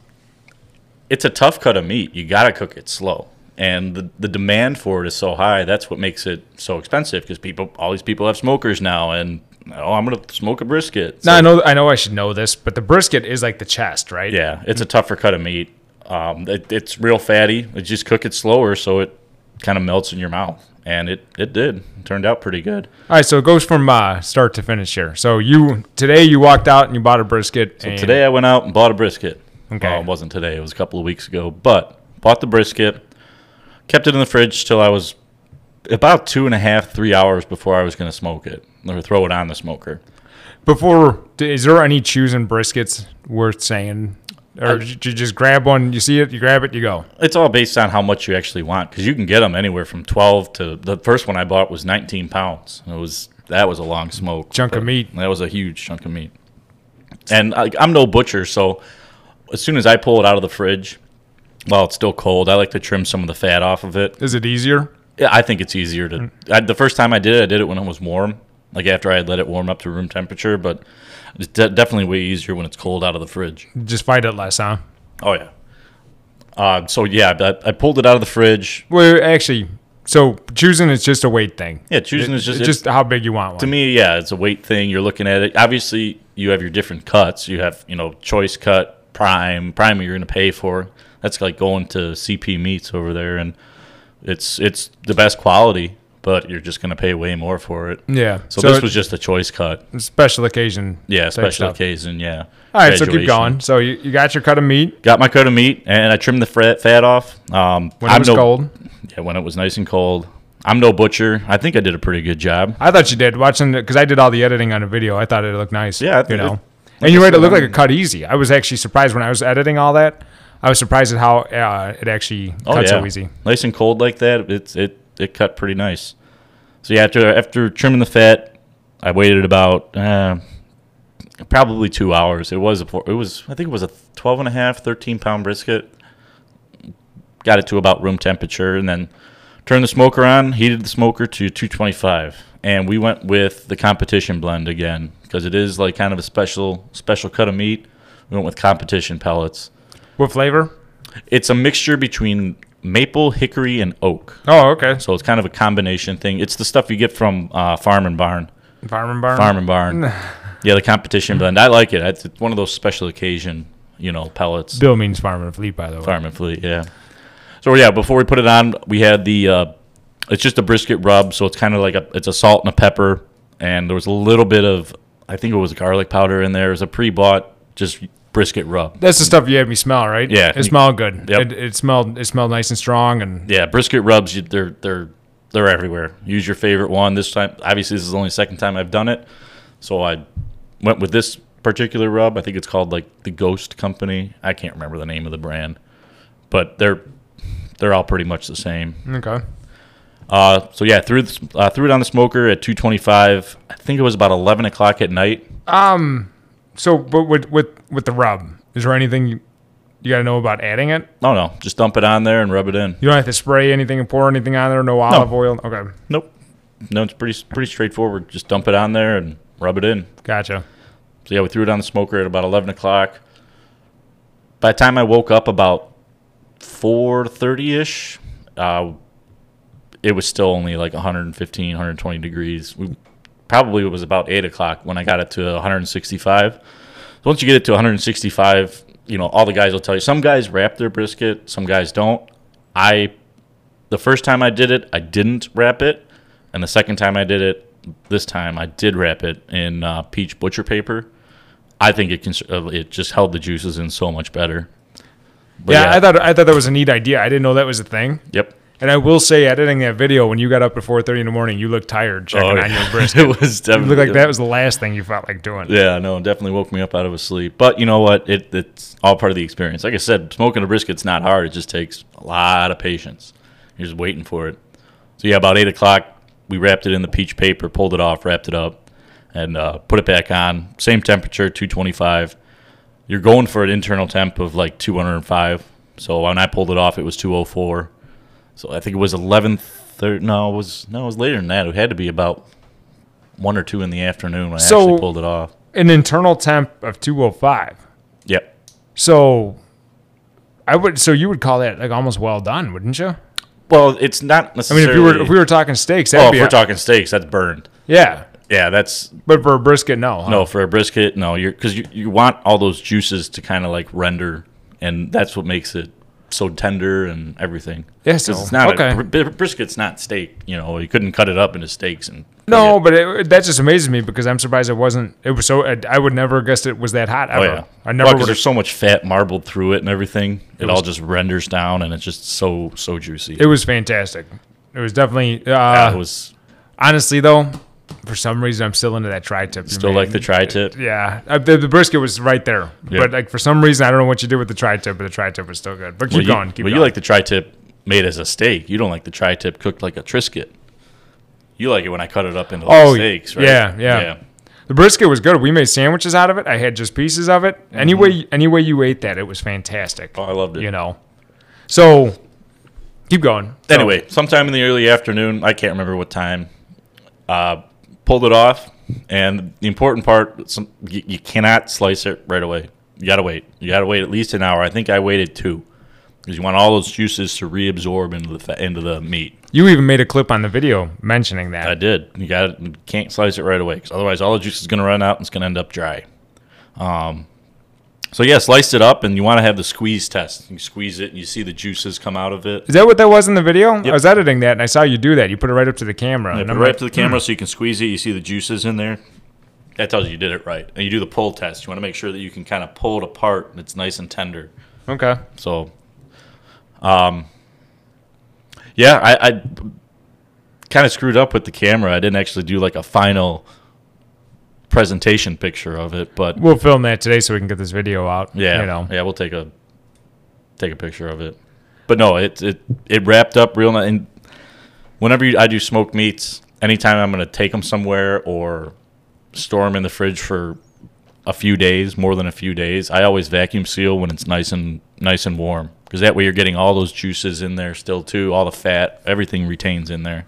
B: it's a tough cut of meat. You got to cook it slow. And the, the demand for it is so high. That's what makes it so expensive because people all these people have smokers now and oh, I'm going to smoke a brisket. So-
A: now I know I know I should know this, but the brisket is like the chest, right?
B: Yeah, it's a tougher cut of meat. Um, it, it's real fatty. You just cook it slower, so it kind of melts in your mouth, and it it did. It turned out pretty good.
A: All right, so it goes from uh, start to finish here. So you today you walked out and you bought a brisket. and
B: Today I went out and bought a brisket.
A: Okay.
B: Well, it wasn't today. It was a couple of weeks ago, but bought the brisket, kept it in the fridge till I was about two and a half, three hours before I was going to smoke it or throw it on the smoker.
A: before is there any choosing briskets worth saying, or you just grab one, you see it, you grab it, you go.
B: It's all based on how much you actually want because you can get them anywhere from twelve to the first one I bought was nineteen pounds. It was that was a long smoke
A: Chunk of
B: but
A: meat.
B: That was a huge chunk of meat, and I, I'm no butcher, so as soon as I pull it out of the fridge. While it's still cold, I like to trim some of the fat off of it.
A: Is it easier?
B: Yeah, I think it's easier to. I, the first time I did it, I did it when it was warm, like after I had let it warm up to room temperature. But it's de- definitely way easier when it's cold out of the fridge.
A: Just fight it less, huh?
B: Oh yeah. Uh, so yeah, I, I pulled it out of the fridge.
A: Well, actually, so choosing is just a weight thing.
B: Yeah, choosing is just,
A: It's just how big you want one.
B: to me, yeah, it's a weight thing. You're looking at it. Obviously, you have your different cuts. You have, you know, choice cut, prime, prime. You're going to pay for. That's like going to CP Meats over there, and it's it's the best quality, but you're just going to pay way more for it.
A: yeah.
B: So, this was just a choice cut.
A: special occasion.
B: Yeah,
A: type
B: special
A: stuff.
B: occasion. Yeah.
A: All right, so keep
B: Graduation.
A: going. So you, you got your cut of meat
B: Got my cut of meat, and I trimmed the fat fat off. Um,
A: when it
B: I'm
A: was
B: no-
A: cold.
B: Yeah, when it was nice and cold. I'm no butcher. I think I did a pretty good job.
A: I thought you did watching because I did all the editing on a video. I thought it looked nice.
B: Yeah, I
A: you
B: think
A: know,
B: it-
A: and you
B: I
A: made it
B: said,
A: look like a
B: I'm-
A: cut easy. I was actually surprised when I was editing all that. I was surprised at how uh, it actually cut so easy.
B: Oh, Nice and cold like that. It's it it cut pretty nice. So yeah, after after trimming the fat, I waited about uh, probably two hours. It was a four- it was I think it was a 12 and a half, 13 pound brisket. Got it to about room temperature, and then turned the smoker on. Heated the smoker to 225, and we went with the competition blend again because it is like kind of a special special cut of meat. We went with competition pellets.
A: What flavor?
B: It's a mixture between maple, hickory, and oak.
A: Oh, okay.
B: So it's kind of a combination thing. It's the stuff you get from uh, Farm and Barn.
A: Farm and barn.
B: Farm and Barn. yeah, the competition blend. I like it. It's one of those special occasion, you know, pellets.
A: Bill means farm and fleet, by the way.
B: Farm and Fleet, yeah. So yeah, before we put it on, we had the. Uh, it's just a brisket rub, so it's kind of like a. It's a salt and a pepper, and there was a little bit of. I think it was garlic powder in there. It was a pre-bought just brisket rub.
A: That's the stuff you had me smell, right?
B: Yeah.
A: it smelled good.
B: Yep.
A: It, it smelled it smelled nice and strong, and
B: Yeah, brisket rubs. You, they're they're they're everywhere. Use your favorite one. This time, obviously, this is only the second time I've done it, so I went with this particular rub. I think it's called like the Ghost Company. I can't remember the name of the brand, but they're they're all pretty much the same.
A: okay.
B: Uh, so yeah, threw the, uh, threw it on the smoker at 225. I think it was about 11 o'clock at night.
A: So, but with with with the rub, is there anything you, you got to know about adding it?
B: I don't know. Just dump it on there and rub it in.
A: You don't have to spray anything and pour anything on there. No olive oil. Okay,
B: Nope. No, it's pretty pretty straightforward. Just dump it on there and rub it in.
A: gotcha.
B: So yeah, we threw it on the smoker at about 11 o'clock. By the time I woke up about 4:30 ish, uh, it was still only like 115, 120 degrees. We probably it was about 8 o'clock when I got it to 165. So once you get it to 165, you know all the guys will tell you. Some guys wrap their brisket, some guys don't. I, the first time I did it, I didn't wrap it, and the second time I did it, this time I did wrap it in uh, peach butcher paper. I think it can, uh, it just held the juices in so much better. But
A: yeah, I thought I thought that was a neat idea. I didn't know that was a thing.
B: Yep.
A: And I will say, editing that video when you got up at four thirty in the morning, you looked tired
B: Oh,
A: checking on your brisket.
B: it was
A: You
B: definitely
A: looked like that was the last thing you felt like doing.
B: Yeah, no, it definitely woke me up out of a sleep. But you know what? It it's all part of the experience. Like I said, smoking a brisket's not hard. It just takes a lot of patience. You're just waiting for it. So yeah, about eight o'clock, we wrapped it in the peach paper, pulled it off, wrapped it up, and uh, put it back on. Same temperature, 225. You're going for an internal temp of like 205. So when I pulled it off, it was 204. So I think it was 11:30. No, it was no, it was later than that. It had to be about one or two in the afternoon when I
A: So-
B: actually pulled it off.
A: An internal temp of two oh five.
B: Yep.
A: So, I would. So you would call that like almost well done, wouldn't you?
B: Well, it's not
A: I mean,
B: necessarily.
A: if you were if we were talking steaks, that'd
B: oh,
A: be
B: if we're
A: a-
B: talking steaks, that's burned.
A: yeah.
B: Yeah, that's
A: But for a brisket, no. huh?
B: no for a brisket. No, you're because you, you want all those juices to kind of like render, and that's what makes it so tender and everything.
A: Yeah,
B: 'Cause
A: so-
B: it's not
A: okay.
B: a, br- br- brisket's not steak. You know, you couldn't cut it up into steaks and
A: No, but it, that just amazes me because I'm surprised it wasn't. It was so. I would never have guessed it was that hot ever.
B: Oh yeah,
A: I never
B: because
A: would
B: there's
A: have.
B: so much fat marbled through it and everything. It, all just renders down, and it's just so so juicy.
A: It was fantastic. It was definitely. Uh,
B: Yeah, it was
A: honestly, though, for some reason, I'm still into that tri-tip. you
B: still
A: made.
B: like the tri-tip.
A: Yeah, Uh, the, the brisket was right there,
B: Yeah.
A: but like for some reason, I don't know what you did with the tri-tip, but the tri-tip was still good. But keep
B: Well, you,
A: going. Keep
B: well,
A: going.
B: you like the tri-tip made as a steak. You don't like the tri-tip cooked like a Trisket. You like it when I cut it up into like
A: Oh,
B: steaks, right?
A: yeah, yeah. the brisket was good. We made sandwiches out of it. I had just pieces of it. Any way, any way you ate that, it was fantastic.
B: Oh, Mm-hmm. I loved it.
A: You know, so keep going. So-
B: Anyway, sometime in the early afternoon, I can't remember what time, uh, pulled it off. And the important part, some, you, you cannot slice it right away. You gotta wait. You gotta wait at least an hour. I think I waited two, because you want all those juices to reabsorb into the fa- into the meat.
A: You even made a clip on the video mentioning that.
B: I did. You got to can't slice it right away because otherwise all the juice is going to run out and it's going to end up dry. Um, so yeah, sliced it up, and you want to have the squeeze test. You squeeze it, and you see the juices come out of it.
A: Is that what that was in the video? I was editing that and I saw you do that. You put it right up to the camera.
B: Put
A: and
B: it
A: I'm
B: right
A: like,
B: up to the camera so you can squeeze it. You see the juices in there. That tells you you did it right. And you do the pull test. You want to make sure that you can kind of pull it apart and it's nice and tender.
A: Okay.
B: So, um, yeah, I, I kind of screwed up with the camera. I didn't actually do like a final presentation picture of it, but
A: We'll film that today so we can get this video out.
B: yeah,
A: You know.
B: yeah, we'll take a take a picture of it. But no, it it it wrapped up real nice. And whenever you, I do smoked meats, anytime I'm going to take them somewhere or store them in the fridge for a few days, more than a few days, I always vacuum seal when it's nice and nice and warm because that way you're getting all those juices in there still too, all the fat, everything retains in there.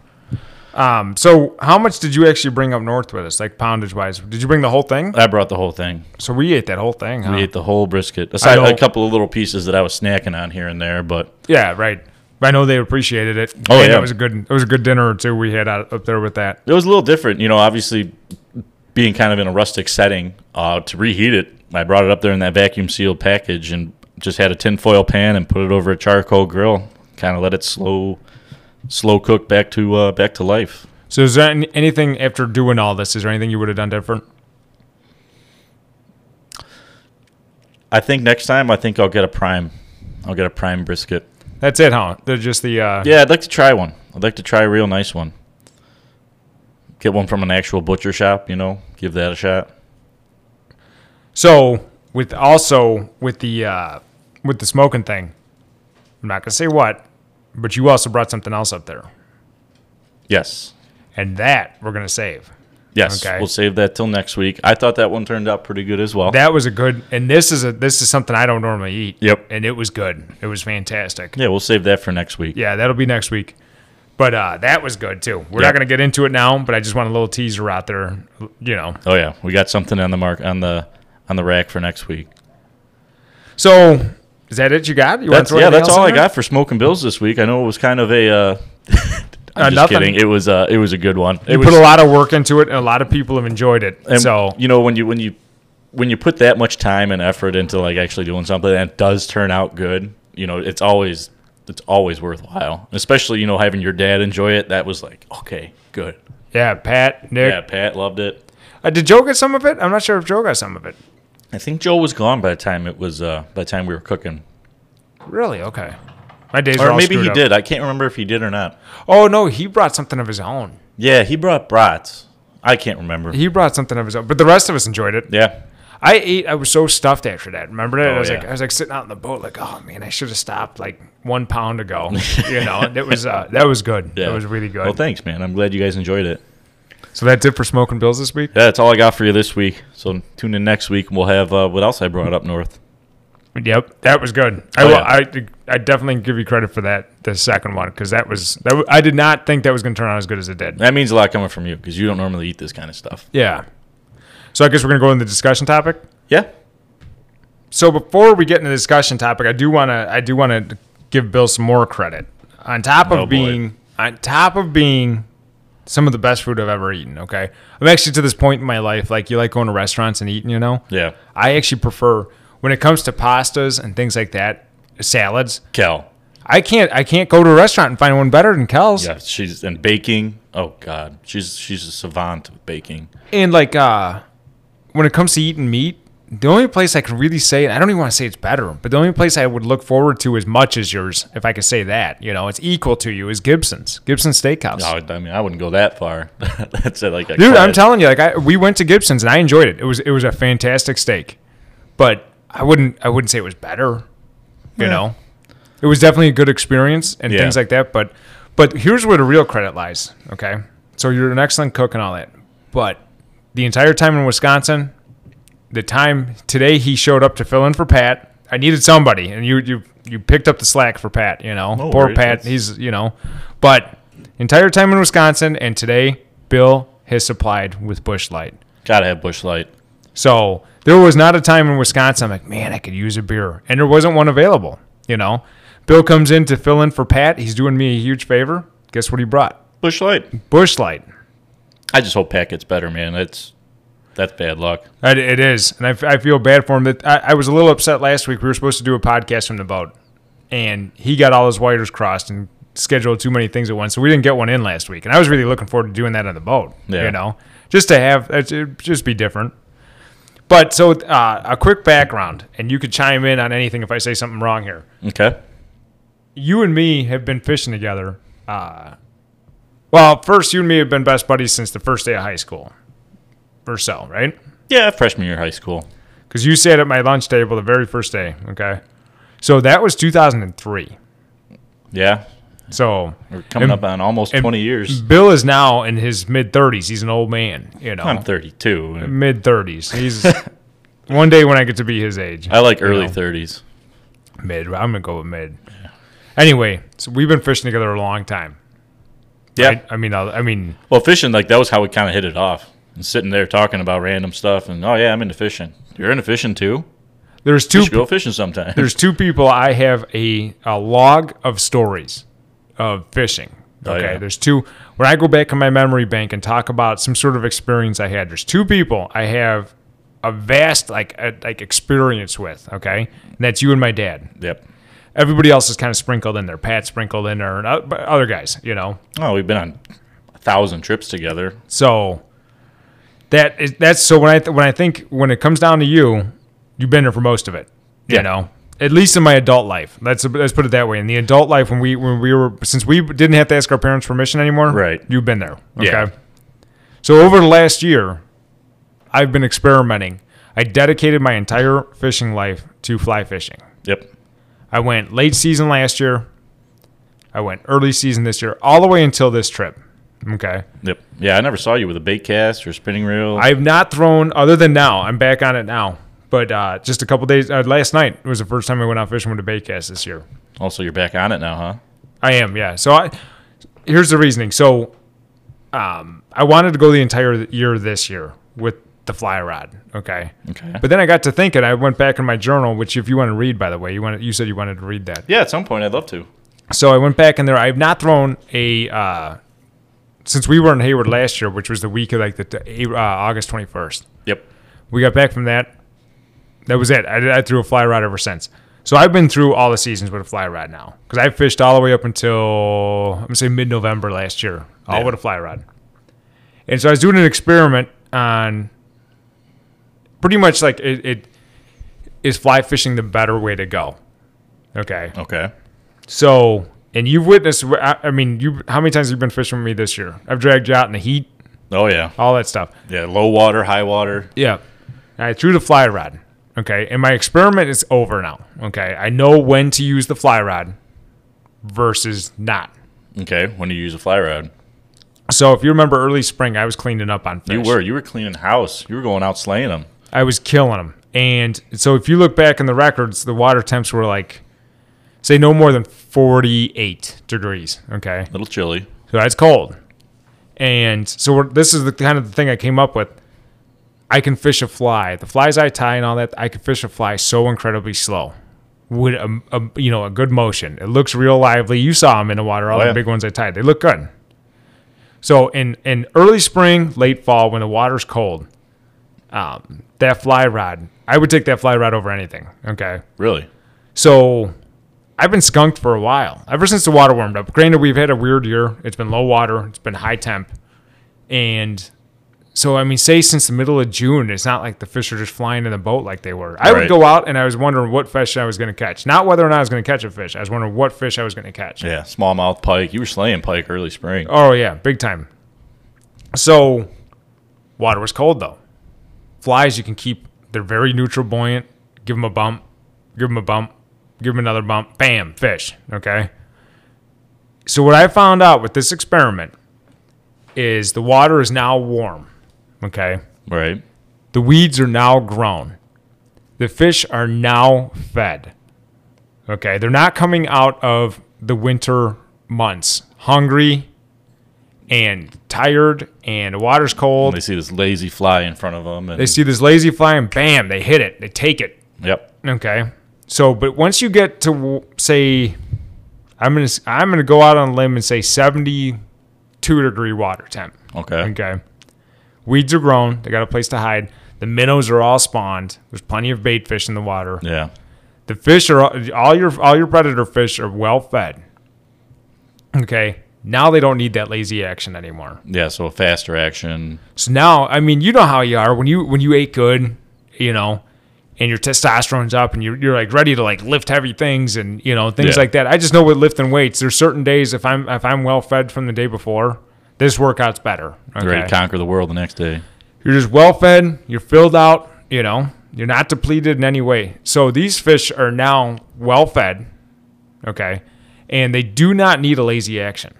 A: Um, so how much did you actually bring up north with us, like poundage wise? Did you bring the whole thing?
B: I brought the whole thing.
A: So we ate that whole thing, huh?
B: We ate the whole brisket, aside a
A: Oh. don't-
B: couple of little pieces that I was snacking on here and there, but
A: Yeah, right. But I know they appreciated it.
B: Oh,
A: and
B: yeah.
A: It was a good it was a good dinner or two we had out, up there with that.
B: it was a little different, you know. Obviously, being kind of in a rustic setting, uh, to reheat it, I brought it up there in that vacuum sealed package and just had a tinfoil pan and put it over a charcoal grill. Kind of let it slow, slow cook back to uh, back to life.
A: So is there any, anything after doing all this, is there anything you would have done different?
B: I think next time, I think I'll get a prime. I'll get a prime brisket.
A: That's it, huh? They're just the uh
B: Yeah, I'd like to try one. I'd like to try a real nice one. Get one from an actual butcher shop, you know. Give that a shot.
A: So with also with the uh, with the smoking thing, I'm not gonna say what, but you also brought something else up there.
B: Yes.
A: and that we're gonna save.
B: Yes.
A: Okay.
B: We'll save that till next week. I thought that one turned out pretty good as well.
A: That was a good, and this is a this is something I don't normally eat.
B: Yep.
A: and it was good. It was fantastic.
B: yeah, we'll save that for next week.
A: Yeah, that'll be next week. But uh, that was good too. We're
B: Yep.
A: not gonna get into it now, but I just want a little teaser out there. You know,
B: Oh yeah, we got something on the mark on the on the rack for next week.
A: so is that it? You got? You wanna
B: That's
A: throw
B: yeah,
A: anything
B: that's
A: else
B: all
A: in
B: I
A: there?
B: got for smoking bills this week. I know it was kind of a. Uh, I'm
A: Uh,
B: just
A: nothing.
B: kidding. It was uh, it was a good one. It
A: You
B: was,
A: put a lot of work into it, and a lot of people have enjoyed it.
B: and,
A: so
B: you know when you when you when you put that much time and effort into like actually doing something and it does turn out good, you know it's always it's always worthwhile. Especially you know having your dad enjoy it. That was like okay, good.
A: yeah, Pat, Nick,
B: Yeah, Pat loved it.
A: uh, did Joe get some of it? I'm not sure if Joe got some of it.
B: I think Joe was gone by the time it was uh, by the time we were cooking,
A: Really? Okay. My days are
B: or
A: all
B: maybe he
A: screwed up.
B: did. I can't remember if he did or not.
A: Oh no, he brought something of his own.
B: Yeah, he brought brats. I can't remember.
A: He brought something of his own, but the rest of us enjoyed it.
B: yeah,
A: I ate. I was so stuffed after that. Remember that?
B: Oh,
A: I was
B: yeah.
A: like, I was like sitting out in the boat, like, oh man, I should have stopped like one pound ago. You know, and it was uh, that was good.
B: yeah,
A: That was really good.
B: Well, thanks, man. I'm glad you guys enjoyed it.
A: so that's it for smoking bills this week.
B: Yeah, that's all I got for you this week. So tune in next week. and We'll have uh, what else I brought up north.
A: Yep, that was good. I
B: Oh,
A: will.
B: yeah.
A: I I definitely give you credit for that. The second one because that was that. wa- I did not think that was going to turn out as good as it did.
B: That means a lot coming from you because you don't normally eat this kind of stuff.
A: Yeah. So I guess we're going to go into the discussion topic.
B: Yeah,
A: So before we get into the discussion topic, I do want to I do want to give Bill some more credit. On top of
B: Oh, boy.
A: being on top of being some of the best food I've ever eaten, okay? I'm actually to this point in my life like you like going to restaurants and eating, you know?
B: yeah.
A: I actually prefer when it comes to pastas and things like that, salads.
B: Kel.
A: I can't I can't go to a restaurant and find one better than Kel's.
B: Yeah, she's and baking. Oh God, she's she's a savant with baking.
A: And like uh when it comes to eating meat, the only place I can really say, and I don't even want to say it's better, but the only place I would look forward to as much as yours, if I could say that, you know, it's equal to you, is Gibson's, Gibson's Steakhouse.
B: No, I mean I wouldn't go that far. that's a, like a
A: Dude, I'm
B: class-
A: telling you, like I, we went to Gibson's and I enjoyed it. It was it was a fantastic steak, but I wouldn't I wouldn't say it was better. You know, it was definitely a good experience and
B: Yeah.
A: things like that. But but here's where the real credit lies. Okay, so you're an excellent cook and all that, but the entire time in Wisconsin, the time today he showed up to fill in for Pat. I needed somebody, and you you you picked up the slack for Pat. You know,
B: No
A: poor
B: worries,
A: Pat.
B: that's-
A: He's you know, but entire time in Wisconsin, and today Bill has supplied with Bush Light.
B: Gotta have bush light.
A: So there was not a time in Wisconsin I'm like, man, I could use a beer, and there wasn't one available. You know, Bill comes in to fill in for Pat. He's doing me a huge favor. Guess what he brought?
B: Bush light.
A: Bush Light.
B: I just hope Pat gets better, man. That's that's bad luck.
A: It, it is, and I, f- I feel bad for him. That I, I was a little upset last week. We were supposed to do a podcast from the boat, and he got all his wires crossed and scheduled too many things at once, so we didn't get one in last week. And I was really looking forward to doing that on the boat.
B: Yeah.
A: You know, just to have it it'd just be different. But so uh, a quick background, and you could chime in on anything if I say something wrong here.
B: Okay.
A: You and me have been fishing together. Uh, well, first you and me have been best buddies since the first day of high school, or so, right?
B: Yeah, freshman year of high school.
A: because you sat at my lunch table the very first day. Okay, so that was 2003.
B: Yeah,
A: So
B: We're coming
A: And-
B: up on almost
A: and
B: 20 years.
A: Bill is now in his mid 30s. He's an old man, you
B: I'm
A: know,
B: 32.
A: mid 30s. He's one day when I get to be his age.
B: I like early
A: You know,
B: 30s.
A: mid. I'm gonna go with mid. Anyway, so we've been fishing together a long time.
B: Yeah.
A: right? I mean, uh, I I mean,
B: Well, fishing, like, that was how we kind of hit it off. And sitting there talking about random stuff. And, oh, yeah, I'm into fishing. You're into fishing, too?
A: there's
B: You
A: two
B: should go fishing sometime.
A: there's two people I have a, a log of stories of fishing.
B: Oh,
A: Okay.
B: yeah.
A: There's two when I go back in my memory bank and talk about some sort of experience I had, there's two people I have a vast like a, like experience with, okay? And that's you and my dad.
B: yep.
A: Everybody else is kind of sprinkled in there. Pat sprinkled in there and o- but other guys, you know.
B: Oh, we've been on a thousand trips together.
A: So that is that's so when I th- when I think when it comes down to you, you've been there for most of it. You
B: Yeah.
A: know, at least in my adult life. Let's let's put it that way. In the adult life, when we when we were since we didn't have to ask our parents permission anymore,
B: Right.
A: You've been there. Okay.
B: Yeah.
A: So over the last year, I've been experimenting. I dedicated my entire fishing life to fly fishing.
B: Yep.
A: I went late season last year. I went early season this year, all the way until this trip. Okay.
B: Yep. Yeah, I never saw you with a bait cast or spinning reel.
A: I've not thrown other than now. I'm back on it now. But uh, just a couple days uh, last night was the first time I went out fishing with a bait cast this year.
B: also, you're back on it now, huh?
A: I am, yeah. So I here's the reasoning. So um, I wanted to go the entire year this year with the fly rod. Okay.
B: Okay.
A: But then I got to thinking. I went back in my journal, which if you want to read, by the way, you want you said you wanted to read that.
B: yeah, at some point I'd love to.
A: So I went back in there. I have not thrown a uh, since we were in Hayward last year, which was the week of like the t- uh, August twenty first.
B: Yep.
A: We got back from that. That was it. I, I threw a fly rod ever since. So I've been through all the seasons with a fly rod now because I fished all the way up until I'm gonna say mid November last year, all
B: Yeah.
A: with a fly rod. And so I was doing an experiment on pretty much like it, it is fly fishing the better way to go. Okay.
B: Okay.
A: So, and you've witnessed, I I mean, you how many times have you been fishing with me this year? I've dragged you out in the heat,
B: Oh yeah.
A: all that stuff.
B: Yeah. Low water, high water.
A: Yeah. I threw the fly rod. Okay. And my experiment is over now. Okay. I know when to use the fly rod versus not.
B: Okay. When do you use a fly rod?
A: So if you remember early spring, I was cleaning up on fish.
B: You were you were cleaning house. You were going out slaying them.
A: I was killing them. And so if you look back in the records, the water temps were like, say, no more than 48 degrees. Okay.
B: Little chilly.
A: So that's cold. And so we're, this is the kind of the thing I came up with. I can fish a fly. The flies I tie and all that, I can fish a fly so incredibly slow with a, a- you know a good motion. It looks real lively. You saw them in the water, all
B: Oh,
A: the
B: yeah.
A: big ones I tied. They look good. So in in early spring, late fall, when the water's cold, um, that fly rod, I would take that fly rod over anything. Okay.
B: Really?
A: So I've been skunked for a while, ever since the water warmed up. Granted, we've had a weird year. It's been low water, it's been high temp. And so, I mean, say since the middle of June, it's not like the fish are just flying in the boat like they were. I would
B: Right.
A: go out and I was wondering what fish I was going to catch. Not whether or not I was going to catch a fish. I was wondering what fish I was going to catch.
B: Yeah. Smallmouth pike. You were slaying pike early spring.
A: Oh yeah, big time. So, water was cold though. Flies you can keep; they're very neutral, buoyant. Give them a bump, give them a bump, give them another bump. Bam, fish. Okay. So what I found out with this experiment is the water is now warm. Okay.
B: Right.
A: The weeds are now grown. The fish are now fed. Okay, they're not coming out of the winter months hungry and tired and the water's cold.
B: They see this lazy fly in front of them, and
A: They see this lazy fly and bam, they hit it. They take it.
B: yep.
A: Okay. So, but once you get to w- say I'm going to I'm going to go out on a limb and say 72 degree water temp.
B: Okay.
A: Okay. Weeds are grown. They got a place to hide. The minnows are all spawned. There's plenty of bait fish in the water.
B: Yeah.
A: The fish are all your all your predator fish are well fed. Okay. Now they don't need that lazy action anymore.
B: Yeah. So a faster action.
A: So now, I mean, you know how you are when you when you ate good, you know, and your testosterone's up and you're you're like ready to like lift heavy things and you know things
B: Yeah.
A: like that. I just know with lifting weights, there's certain days if I'm if I'm well fed from the day before, this workout's better. Okay?
B: Ready to conquer the world the next day.
A: you're just well fed, you're filled out, you know, you're not depleted in any way. So these fish are now well fed, okay, and they do not need a lazy action.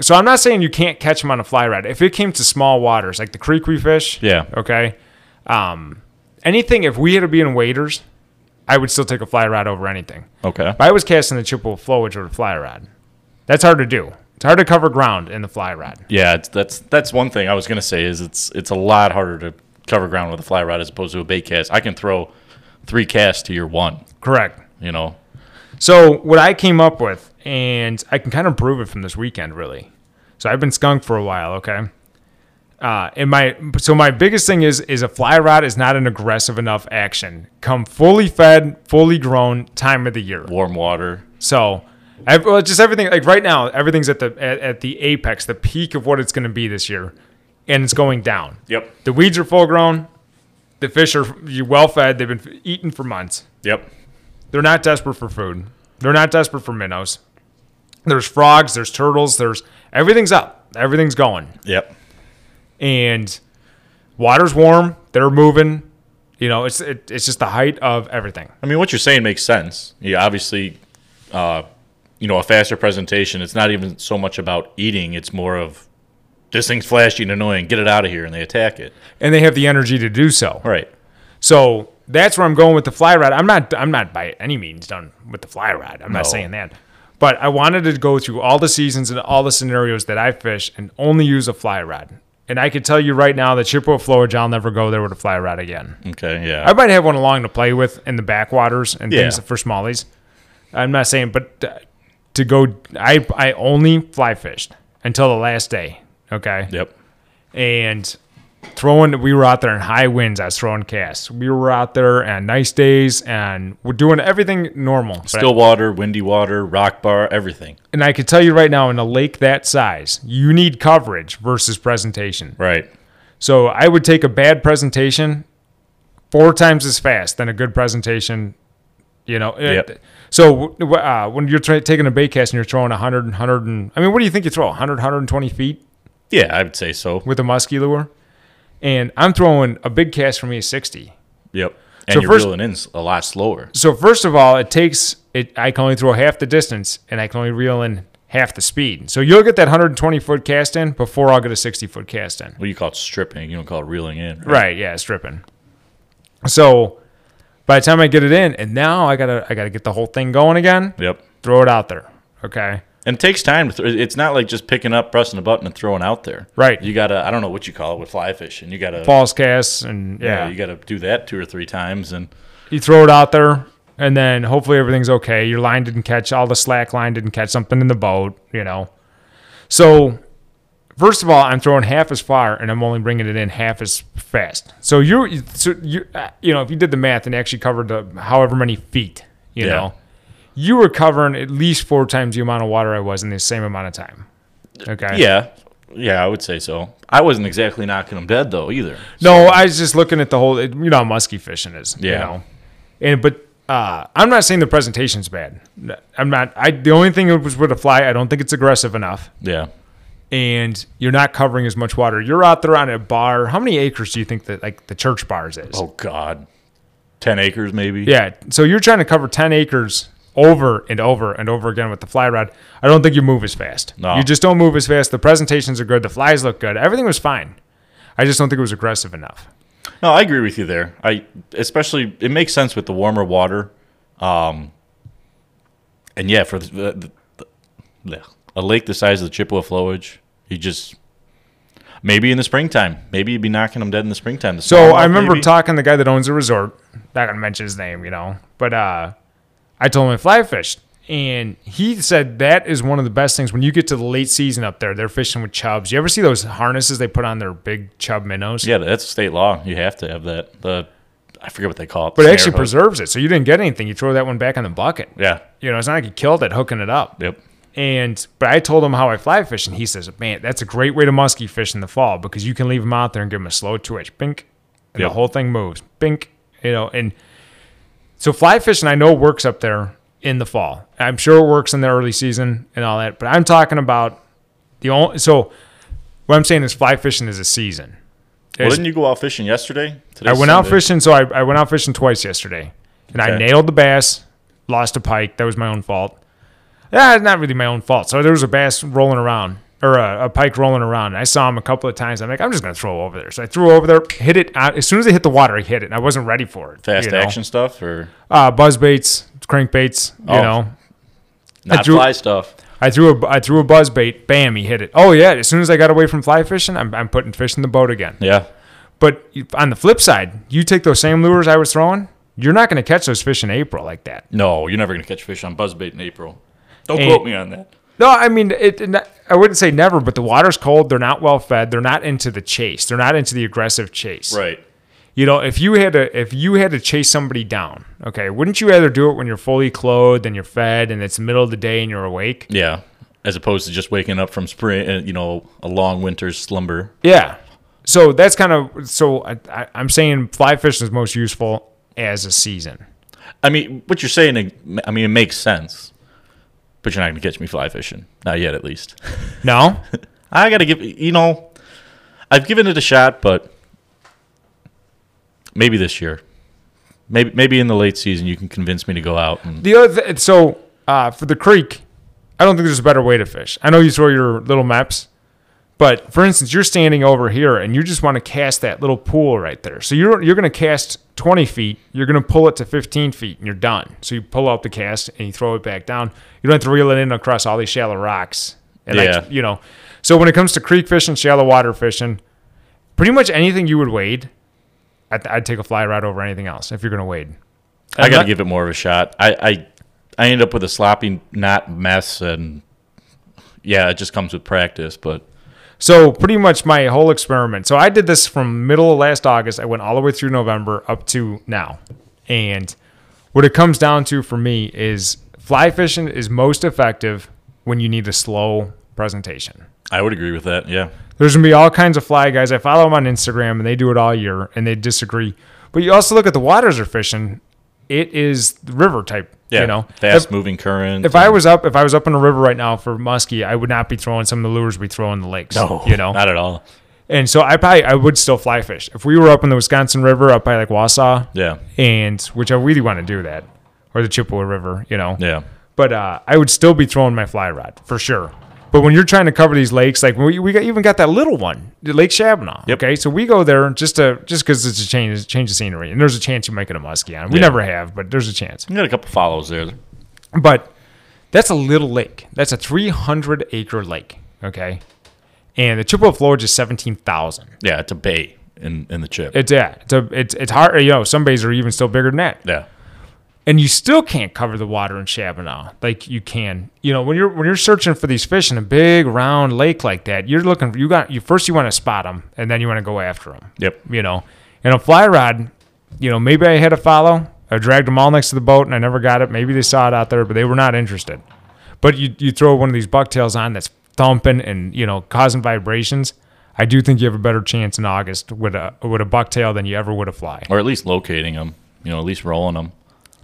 A: So I'm not saying you can't catch them on a fly rod. If it came to small waters, like the creek we fish,
B: Yeah.
A: okay, um, anything, if we had to be in waders, I would still take a fly rod over anything.
B: Okay.
A: If I was casting the Chippewa flow, which would a fly rod, that's hard to do. It's hard to cover ground in the fly rod.
B: Yeah. It's, that's that's one thing I was gonna say is it's it's a lot harder to cover ground with a fly rod as opposed to a bait cast. I can throw three casts to your one.
A: Correct.
B: You know.
A: So what I came up with, and I can kind of prove it from this weekend, really. So I've been skunked for a while, okay. Uh, and my so my biggest thing is is a fly rod is not an aggressive enough action. Come fully fed, fully grown time of the year.
B: Warm water.
A: So, ev- well, just everything like right now, everything's at the at, at the apex, the peak of what it's going to be this year, and it's going down.
B: Yep.
A: The weeds are full grown. The fish are well fed. They've been f- eating for months.
B: Yep.
A: They're not desperate for food. They're not desperate for minnows. There's frogs, there's turtles, there's everything's up. Everything's going.
B: Yep.
A: And water's warm, they're moving. You know, it's it, it's just the height of everything.
B: I mean, what you're saying makes sense. You obviously uh, you know, a faster presentation, it's not even so much about eating. It's more of this thing's flashy and annoying. Get it out of here, and they attack it.
A: and they have the energy to do so.
B: All right.
A: So that's where I'm going with the fly rod. I'm not I'm not by any means done with the fly rod. I'm not
B: No.
A: saying that. But I wanted to go through all the seasons and all the scenarios that I fish and only use a fly rod. And I could tell you right now that Chippewa Flowage, I'll never go there with a fly rod again.
B: Okay.
A: I
B: Yeah.
A: might have one along to play with in the backwaters and
B: Yeah.
A: things for smallies. I'm not saying, but uh, to go, I I only fly fished until the last day. Okay
B: yep.
A: and throwing we were out there in high winds i was throwing casts we were out there on nice days and we're doing everything normal But-
B: Still water, windy water, rock bar, everything.
A: and i can tell you right now in a lake that size you need coverage versus presentation
B: Right.
A: so i would take a bad presentation four times as fast than a good presentation you know it-
B: Yep.
A: so w- uh, when you're tra- taking a bait cast and you're throwing 100 100 and i mean what do you think you throw 100 120 feet
B: Yeah, I would say so.
A: with a musky lure and i'm throwing a big cast for me is 60
B: Yep. And
A: So
B: you're
A: first-
B: reeling in s- a lot slower.
A: so first of all, it takes it. I can only throw half the distance, and I can only reel in half the speed. So you'll get that 120 foot cast in before I'll get a 60 foot cast in.
B: Well, you call it stripping. You don't call it reeling in.
A: Right? Yeah, stripping. So by the time I get it in, and now I gotta I gotta get the whole thing going again.
B: Yep.
A: Throw it out there. Okay.
B: And it takes time. To throw it's not like just picking up, pressing a button, and throwing out there.
A: Right.
B: You gotta. I don't know what you call it with fly fishing. You gotta.
A: False casts, and
B: yeah.
A: yeah,
B: You gotta do that two or three times, and
A: you throw it out there. And then hopefully everything's okay. Your line didn't catch all the slack line didn't catch something in the boat, you know. So, first of all, I'm throwing half as far, and I'm only bringing it in half as fast. So you, so you, uh, you know, if you did the math and actually covered the however many feet, you
B: Yeah.
A: know, you were covering at least four times the amount of water I was in the same amount of time. Okay.
B: yeah, yeah, I would say so. I wasn't exactly knocking them dead though either.
A: No, I was just looking at the whole. it- You know how musky fishing is. You
B: Yeah.
A: know? And but uh, I'm not saying the presentation's bad. I'm not. I the only thing was with a fly. I don't think it's aggressive enough,
B: Yeah.
A: and you're not covering as much water. You're out there on a bar. How many acres do you think that like the church bars is?
B: Oh God, ten acres maybe.
A: Yeah. So you're trying to cover 10 acres over and over and over again with the fly rod. I don't think you move as fast.
B: No.
A: You just don't move as fast. The presentations are good. The flies look good. Everything was fine. I just don't think it was aggressive enough.
B: No, I agree with you there. I especially it makes sense with the warmer water, um, and yeah, for the, the, the, blech. a lake the size of the Chippewa flowage, you just maybe in the springtime, maybe you'd be knocking them dead in the springtime. The
A: So
B: smallmouth,
A: I remember
B: maybe.
A: talking to the guy that owns the resort. Not gonna mention his name, you know. But uh, I told him I fly fished, and he said that is one of the best things when you get to the late season up there. They're fishing with chubs. You ever see those harnesses they put on their big chub minnows?
B: Yeah, that's state law. You have to have that. The I forget what they call it.
A: But it actually
B: snare hook.
A: preserves it, so you didn't get anything. You throw that one back in the bucket.
B: yeah,
A: You know, it's not like you killed it hooking it up.
B: yep,
A: And but I told him how I fly fish, and he says, "Man, that's a great way to musky fish in the fall because you can leave them out there and give them a slow twitch, bink, and
B: Yep.
A: the whole thing moves, bink." You know, and so fly fishing I know works up there in the fall. I'm sure it works in the early season and all that, but I'm talking about the only. So what I'm saying is fly fishing is a season.
B: Well,
A: It's-
B: didn't you go out fishing yesterday?
A: I
B: Today's
A: went out
B: Sunday.
A: fishing, so I, I went out fishing twice yesterday, and I
B: Okay.
A: nailed the bass, lost a pike. That was my own fault. Yeah, not really my own fault. So there was a bass rolling around or a, a pike rolling around. and I saw him a couple of times. I'm like, I'm just gonna throw over there. So I threw over there, hit it out. as soon as I hit the water. I hit it, and I wasn't ready for it.
B: Fast
A: you know?
B: action stuff or
A: uh, buzz baits, crank baits. You
B: Oh.
A: know,
B: not
A: drew-
B: fly stuff.
A: I threw a I threw a buzz bait. Bam, he hit it. Oh yeah! As soon as I got away from fly fishing, I'm I'm putting fish in the boat again.
B: Yeah,
A: But you- on the flip side, you take those same lures I was throwing, you're not going to catch those fish in April like that.
B: no, you're never gonna catch fish on buzzbait in April. Don't
A: Hey.
B: quote me on that.
A: No, I mean, it, it- I wouldn't say never, but the water's cold. They're not well fed. They're not into the chase. They're not into the aggressive chase.
B: Right.
A: You know, if you had to, if you had to chase somebody down, okay, wouldn't you rather do it when you're fully clothed and you're fed and it's the middle of the day and you're awake?
B: Yeah. As opposed to just waking up from spring, uh, you know, a long winter's slumber.
A: Yeah. So that's kind of so I, I, I'm saying fly fishing is most useful as a season.
B: I mean, what you're saying, I mean, it makes sense, but you're not going to catch me fly fishing. Not yet, at least.
A: No.
B: I got to give, you know, I've given it a shot, but maybe this year. Maybe, maybe in the late season, you can convince me to go out. And,
A: The other th- so uh, for the creek, I don't think there's a better way to fish. I know you throw your little maps, but for instance, you're standing over here and you just want to cast that little pool right there. So you're you're going to cast 20 feet. You're going to pull it to 15 feet and you're done. So you pull out the cast and you throw it back down. You don't have to reel it in across all these shallow rocks. And
B: Yeah.
A: like, you know. So when it comes to creek fishing, shallow water fishing, pretty much anything you would wade, I'd, I'd take a fly rod over anything else if you're going to wade.
B: I
A: And
B: got
A: that-
B: to give it more of a shot. I, I I end up with a sloppy knot mess, and yeah, it just comes with practice. But
A: So pretty much my whole experiment. So I did this from middle of last August. I went all the way through November up to now. And what it comes down to for me is fly fishing is most effective when you need a slow presentation.
B: I would agree with that. Yeah,
A: There's gonna be all kinds of fly guys. I follow them on Instagram and they do it all year and they disagree. But you also look at the waters they're fishing. It is river type,
B: yeah.
A: you know.
B: fast
A: If-
B: moving current.
A: if I was up, if I was up in a river right now for muskie, I would not be throwing some of the lures we throw in the lakes.
B: no,
A: you know,
B: not at all.
A: and so I probably I would still fly fish if we were up in the Wisconsin River up by like Wausau,
B: Yeah,
A: and which I really want to do that, or the Chippewa River, you know.
B: yeah,
A: But uh, I would still be throwing my fly rod for sure. But when you're trying to cover these lakes, like we, we got, even got that little one, the Lake Shabana.
B: Yep.
A: Okay, so we go there just to just because it's a change change of scenery, and there's a chance you might get a muskie on. it. We
B: Yeah.
A: never have, but there's a chance.
B: you got a couple follows there.
A: But that's a little lake. That's a 300 acre lake. Okay, and the Chippewa Florida is 17,000.
B: Yeah, it's a bay in in the chip.
A: It's yeah. It's a, it's it's hard. You know, some bays are even still bigger than that,
B: yeah,
A: and you still can't cover the water in Chabanal like you can. You know, when you're when you're searching for these fish in a big round lake like that, you're looking. You got you first. You want to spot them, and then you want to go after them.
B: yep.
A: You know, and a fly rod. You know, maybe I had a follow. I dragged them all next to the boat, and I never got it. Maybe they saw it out there, but they were not interested. But you you throw one of these bucktails on that's thumping and you know causing vibrations. I do think you have a better chance in August with a with a bucktail than you ever would a fly.
B: Or at least locating them. You know, at least rolling them.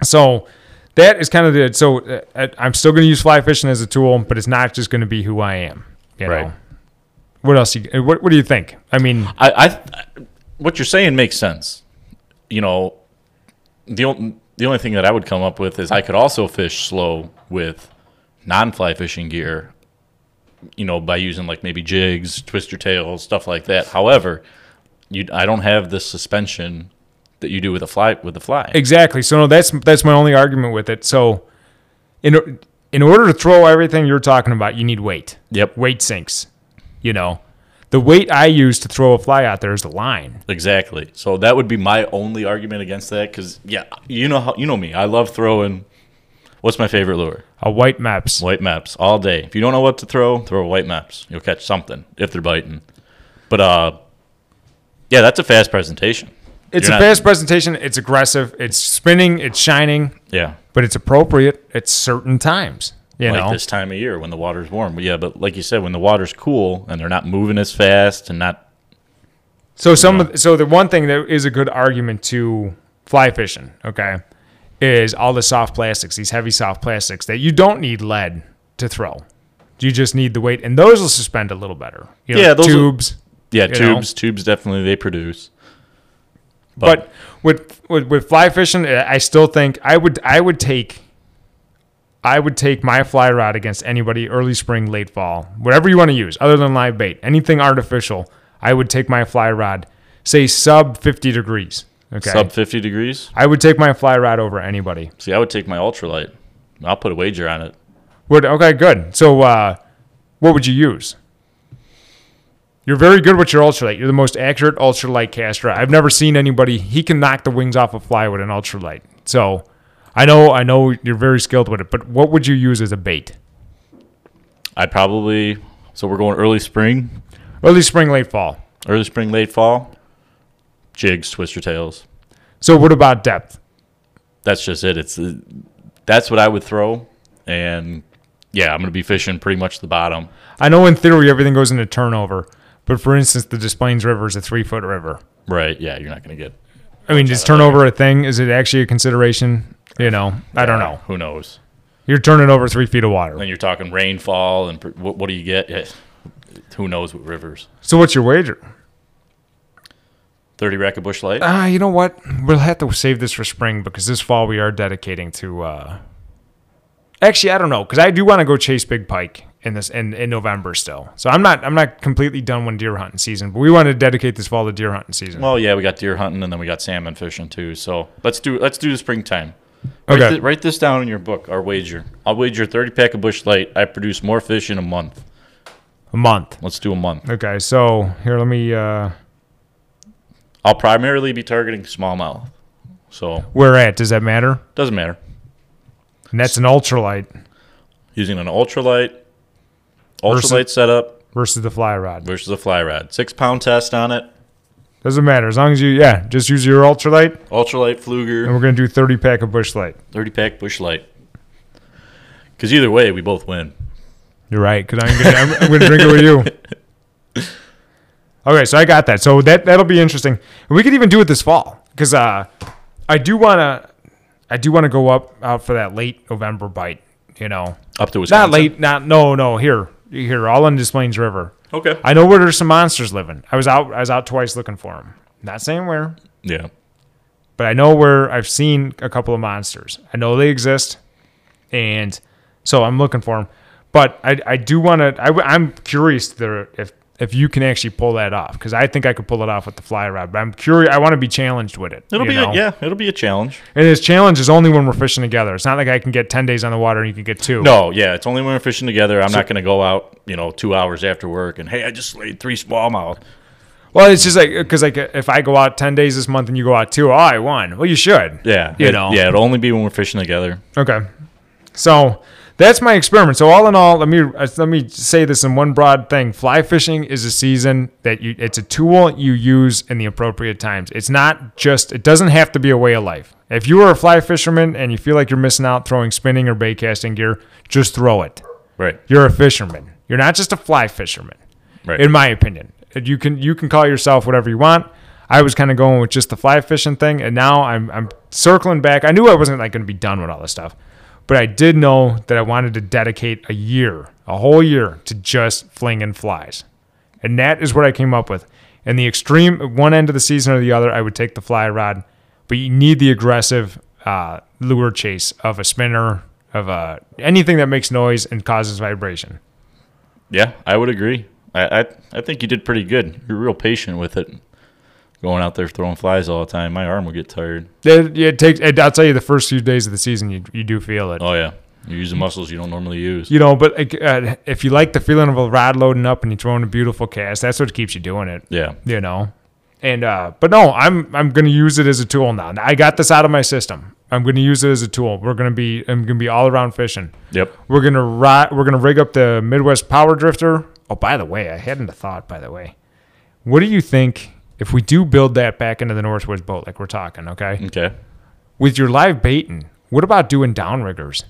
A: So that is kind of the so uh, I- I'm still going to use fly fishing as a tool, but it's not just going to be who I am. You
B: Right.
A: Know? What else? You, uh, what What do you think? I mean,
B: I, I what you're saying makes sense. You know, the only the only thing that I would come up with is I could also fish slow with non-fly fishing gear. You know, by using like maybe jigs, twist your tails, stuff like that. However, you I don't have the suspension that you do with a fly with a fly.
A: exactly. So no, that's that's my only argument with it. So in or- in order to throw everything you're talking about, you need weight.
B: Yep,
A: Weight sinks. You know, the weight I use to throw a fly out there is the line.
B: exactly. So that would be my only argument against that. Because yeah, you know how you know me. I love throwing. What's my favorite lure?
A: A white maps.
B: White maps all day. If you don't know what to throw, throw white maps. You'll catch something if they're biting. But uh, yeah, that's a fast presentation.
A: It's
B: You're
A: a
B: not-
A: fast presentation. It's aggressive. It's spinning. It's shining,
B: Yeah,
A: but it's appropriate at certain times. You
B: like
A: know,
B: this time of year when the water's warm. But yeah, but like you said, when the water's cool and they're not moving as fast and not
A: So some of, so the one thing that is a good argument to fly fishing, okay, is all the soft plastics, these heavy soft plastics that you don't need lead to throw. You just need the weight, and those will suspend a little better. You know,
B: Yeah, those will-
A: tubes.
B: yeah
A: You know.
B: tubes. Tubes definitely they produce.
A: but with, with with fly fishing, uh, I still think I would I would take I would take my fly rod against anybody early spring, late fall, whatever you want to use, other than live bait, anything artificial. I would take my fly rod, say sub fifty degrees. Okay.
B: sub fifty degrees.
A: I would take my fly rod over anybody.
B: See, I would take my ultralight. I'll put a wager on it.
A: Would okay, good. So, uh, what would you use? You're very good with your ultralight. You're the most accurate ultralight caster. I've never seen anybody. He can knock the wings off a fly with an ultralight. So, I know, I know you're very skilled with it. But what would you use as a bait?
B: I'd probably. So we're going early spring,
A: Early spring, late fall.
B: early spring, late fall. Jigs, twister tails.
A: So, what about depth?
B: that's just it. It's uh, that's what I would throw, and yeah, I'm gonna be fishing pretty much the bottom.
A: I know in theory everything goes into turnover, but for instance, the Des Plaines River is a three foot river.
B: Right? Yeah, you're not gonna get.
A: I mean, is turnover a thing? Is it actually a consideration? You know, I don't know.
B: Who knows?
A: You're turning over three feet of water.
B: Then you're talking rainfall, and pr- what, what do you get? Yeah, Who knows what rivers?
A: So what's your wager?
B: Thirty rack of bush light.
A: Ah, you know what? We'll have to save this for spring because this fall we are dedicating to uh Actually, I don't know because I do want to go chase big pike in this in, in November still. So I'm not I'm not completely done with deer hunting season, but we want to dedicate this fall to deer hunting season.
B: Well, yeah, we got deer hunting and then we got salmon fishing too. So let's do let's do the springtime. Write,
A: Okay.
B: thi- write this down in your book. Our wager. I'll wager thirty pack of bush light. I produce more fish in a month.
A: a month.
B: Let's do a month.
A: Okay, so here let me. uh
B: I'll primarily be targeting smallmouth. So
A: Where at? Does that matter?
B: doesn't matter.
A: And that's an ultralight
B: Using an ultralight,
A: Versus-
B: ultralight setup
A: versus the fly rod.
B: versus a fly rod. Six pound test on it.
A: Doesn't matter as long as you yeah just use your ultralight,
B: Ultralight
A: and
B: fluger,
A: we're gonna do 30 pack of bush light.
B: thirty pack bush light. Because either way, we both win.
A: You're right, because I'm gonna I'm, I'm gonna drink it with you. Okay, so I got that. So that that'll be interesting. We could even do it this fall because uh, I do wanna I do wanna go up out for that late November bite. You know,
B: Up to Wisconsin.
A: not late, not no no here here all in Des Plaines River.
B: Okay.
A: I know where there's some monsters living. I was out I was out twice looking for them. Not saying where,
B: Yeah.
A: but I know where I've seen a couple of monsters. I know they exist, and so I'm looking for them. But I, I do want to. I'm curious there if if you can actually pull that off because I think I could pull it off with the fly rod. But I'm curious. I want to be challenged with it.
B: It'll
A: you
B: be
A: know?
B: a, yeah. It'll be a challenge.
A: And this challenge is only when we're fishing together. It's not like I can get ten days on the water and you can get two.
B: No, yeah, it's only when we're fishing together. I'm not going to go out, you know, two hours after work and hey, I just laid three smallmouth.
A: Well, it's just like because like if I go out ten days this month and you go out two, oh, I won. Well, you should.
B: Yeah,
A: You
B: it-
A: know.
B: yeah, it'll only be when we're fishing together.
A: Okay. So that's my experiment. So all in all, let me uh, let me say this in one broad thing. Fly fishing is a season that you it's a tool you use in the appropriate times. It's not just it doesn't have to be a way of life. If you are a fly fisherman and you feel like you're missing out throwing spinning or bait casting gear, just throw it.
B: Right,
A: You're a fisherman. You're not just a fly fisherman
B: right.
A: in my opinion. You can you can call yourself whatever you want. I was kind of going with just the fly fishing thing, and now I'm I'm circling back. I knew I wasn't like going to be done with all this stuff, but I did know that I wanted to dedicate a year, a whole year, to just flinging flies, and that is what I came up with. In the extreme one end of the season or the other, I would take the fly rod, but you need the aggressive uh, lure chase of a spinner, of a anything that makes noise and causes vibration.
B: yeah, I would agree. I, I I think you did pretty good. You're real patient with it. Going out there throwing flies all the time, my arm will get tired.
A: It, it takes. It, I'll tell you, the first few days of the season, you you do feel it.
B: Oh yeah, you're using muscles you don't normally use.
A: You know, but like, uh, if you like the feeling of a rod loading up and you throwing a beautiful cast, that's what keeps you doing it.
B: Yeah,
A: You know, and uh, but no, I'm I'm gonna use it as a tool now. I got this out of my system. I'm gonna use it as a tool. We're gonna be I'm gonna be all around fishing.
B: yep.
A: We're gonna ri We're gonna rig up the Midwest Power Drifter. Oh, by the way, I hadn't a thought. By the way, what do you think if we do build that back into the Northwoods boat, like we're talking? Okay.
B: Okay.
A: with your live baiting, what about doing downriggers?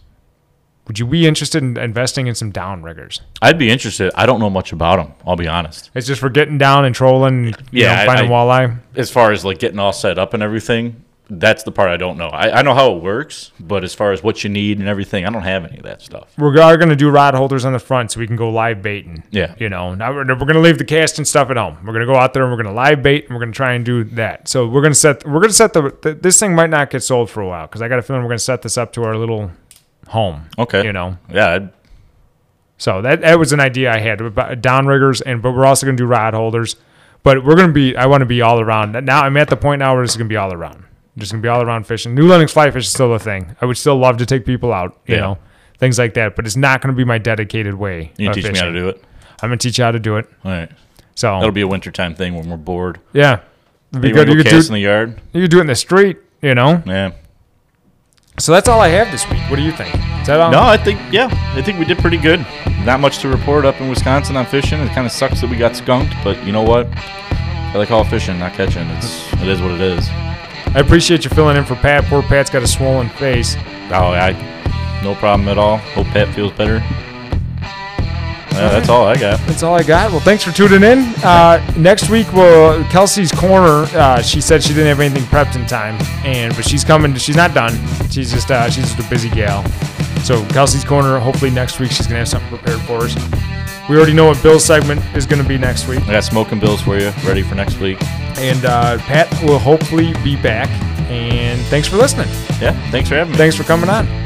A: Would you be interested in investing in some downriggers?
B: I'd be interested. I don't know much about them. I'll be honest.
A: It's just for getting down and trolling, you
B: Yeah,
A: know,
B: I-
A: finding
B: I-
A: walleye.
B: as far as like getting all set up and everything, that's the part I don't know. I, I know how it works, but as far as what you need and everything, I don't have any of that stuff.
A: We're are going to do rod holders on the front so we can go live baiting.
B: Yeah.
A: You know, now we're, we're going to leave the cast and stuff at home. We're going to go out there and we're going to live bait and we're going to try and do that. So we're going to set, we're going to set the, th this thing might not get sold for a while because I got a feeling we're going to set this up to our little home.
B: Okay.
A: You know,
B: Yeah. I'd,
A: So that that was an idea I had about downriggers, and but we're also going to do rod holders. But we're going to be I want to be all around. Now I'm at the point now where it's going to be all around. Just going to be all around fishing. New Lenox fly fish is still a thing. I would still love to take people out, you
B: Yeah.
A: know, things like that. But it's not going to be my dedicated way.
B: you
A: of
B: teach me how to
A: fishing.
B: do it.
A: I'm going to teach you how to do it.
B: All right.
A: So
B: That'll be a wintertime thing when we're bored.
A: yeah, It'd be
B: You want
A: good. You
B: to go
A: could do
B: cast in the yard?
A: you could do it in the street, you know.
B: Yeah.
A: So that's all I have this week. What do you think? Is that all?
B: No, I think yeah, I think we did pretty good. Not much to report up in Wisconsin on fishing. It kind of sucks that we got skunked, but you know what? I like all fishing, not catching. It's it is what it is.
A: I appreciate you filling in for Pat. Poor Pat's got a swollen face.
B: Oh, I no problem at all. Hope Pat feels better. Yeah, that's all I got.
A: That's all I got. Well, thanks for tuning in. Uh, next week, we'll, Kelsey's corner. Uh, she said she didn't have anything prepped in time, and but she's coming. She's not done. She's just uh, she's just a busy gal. So Kelsey's corner. Hopefully next week she's gonna have something prepared for us. We already know what Bill's segment is gonna be next week,
B: I got smoking bills for you, ready for next week.
A: and uh, Pat will hopefully be back. And thanks for listening.
B: Yeah, thanks for having me.
A: Thanks for coming on.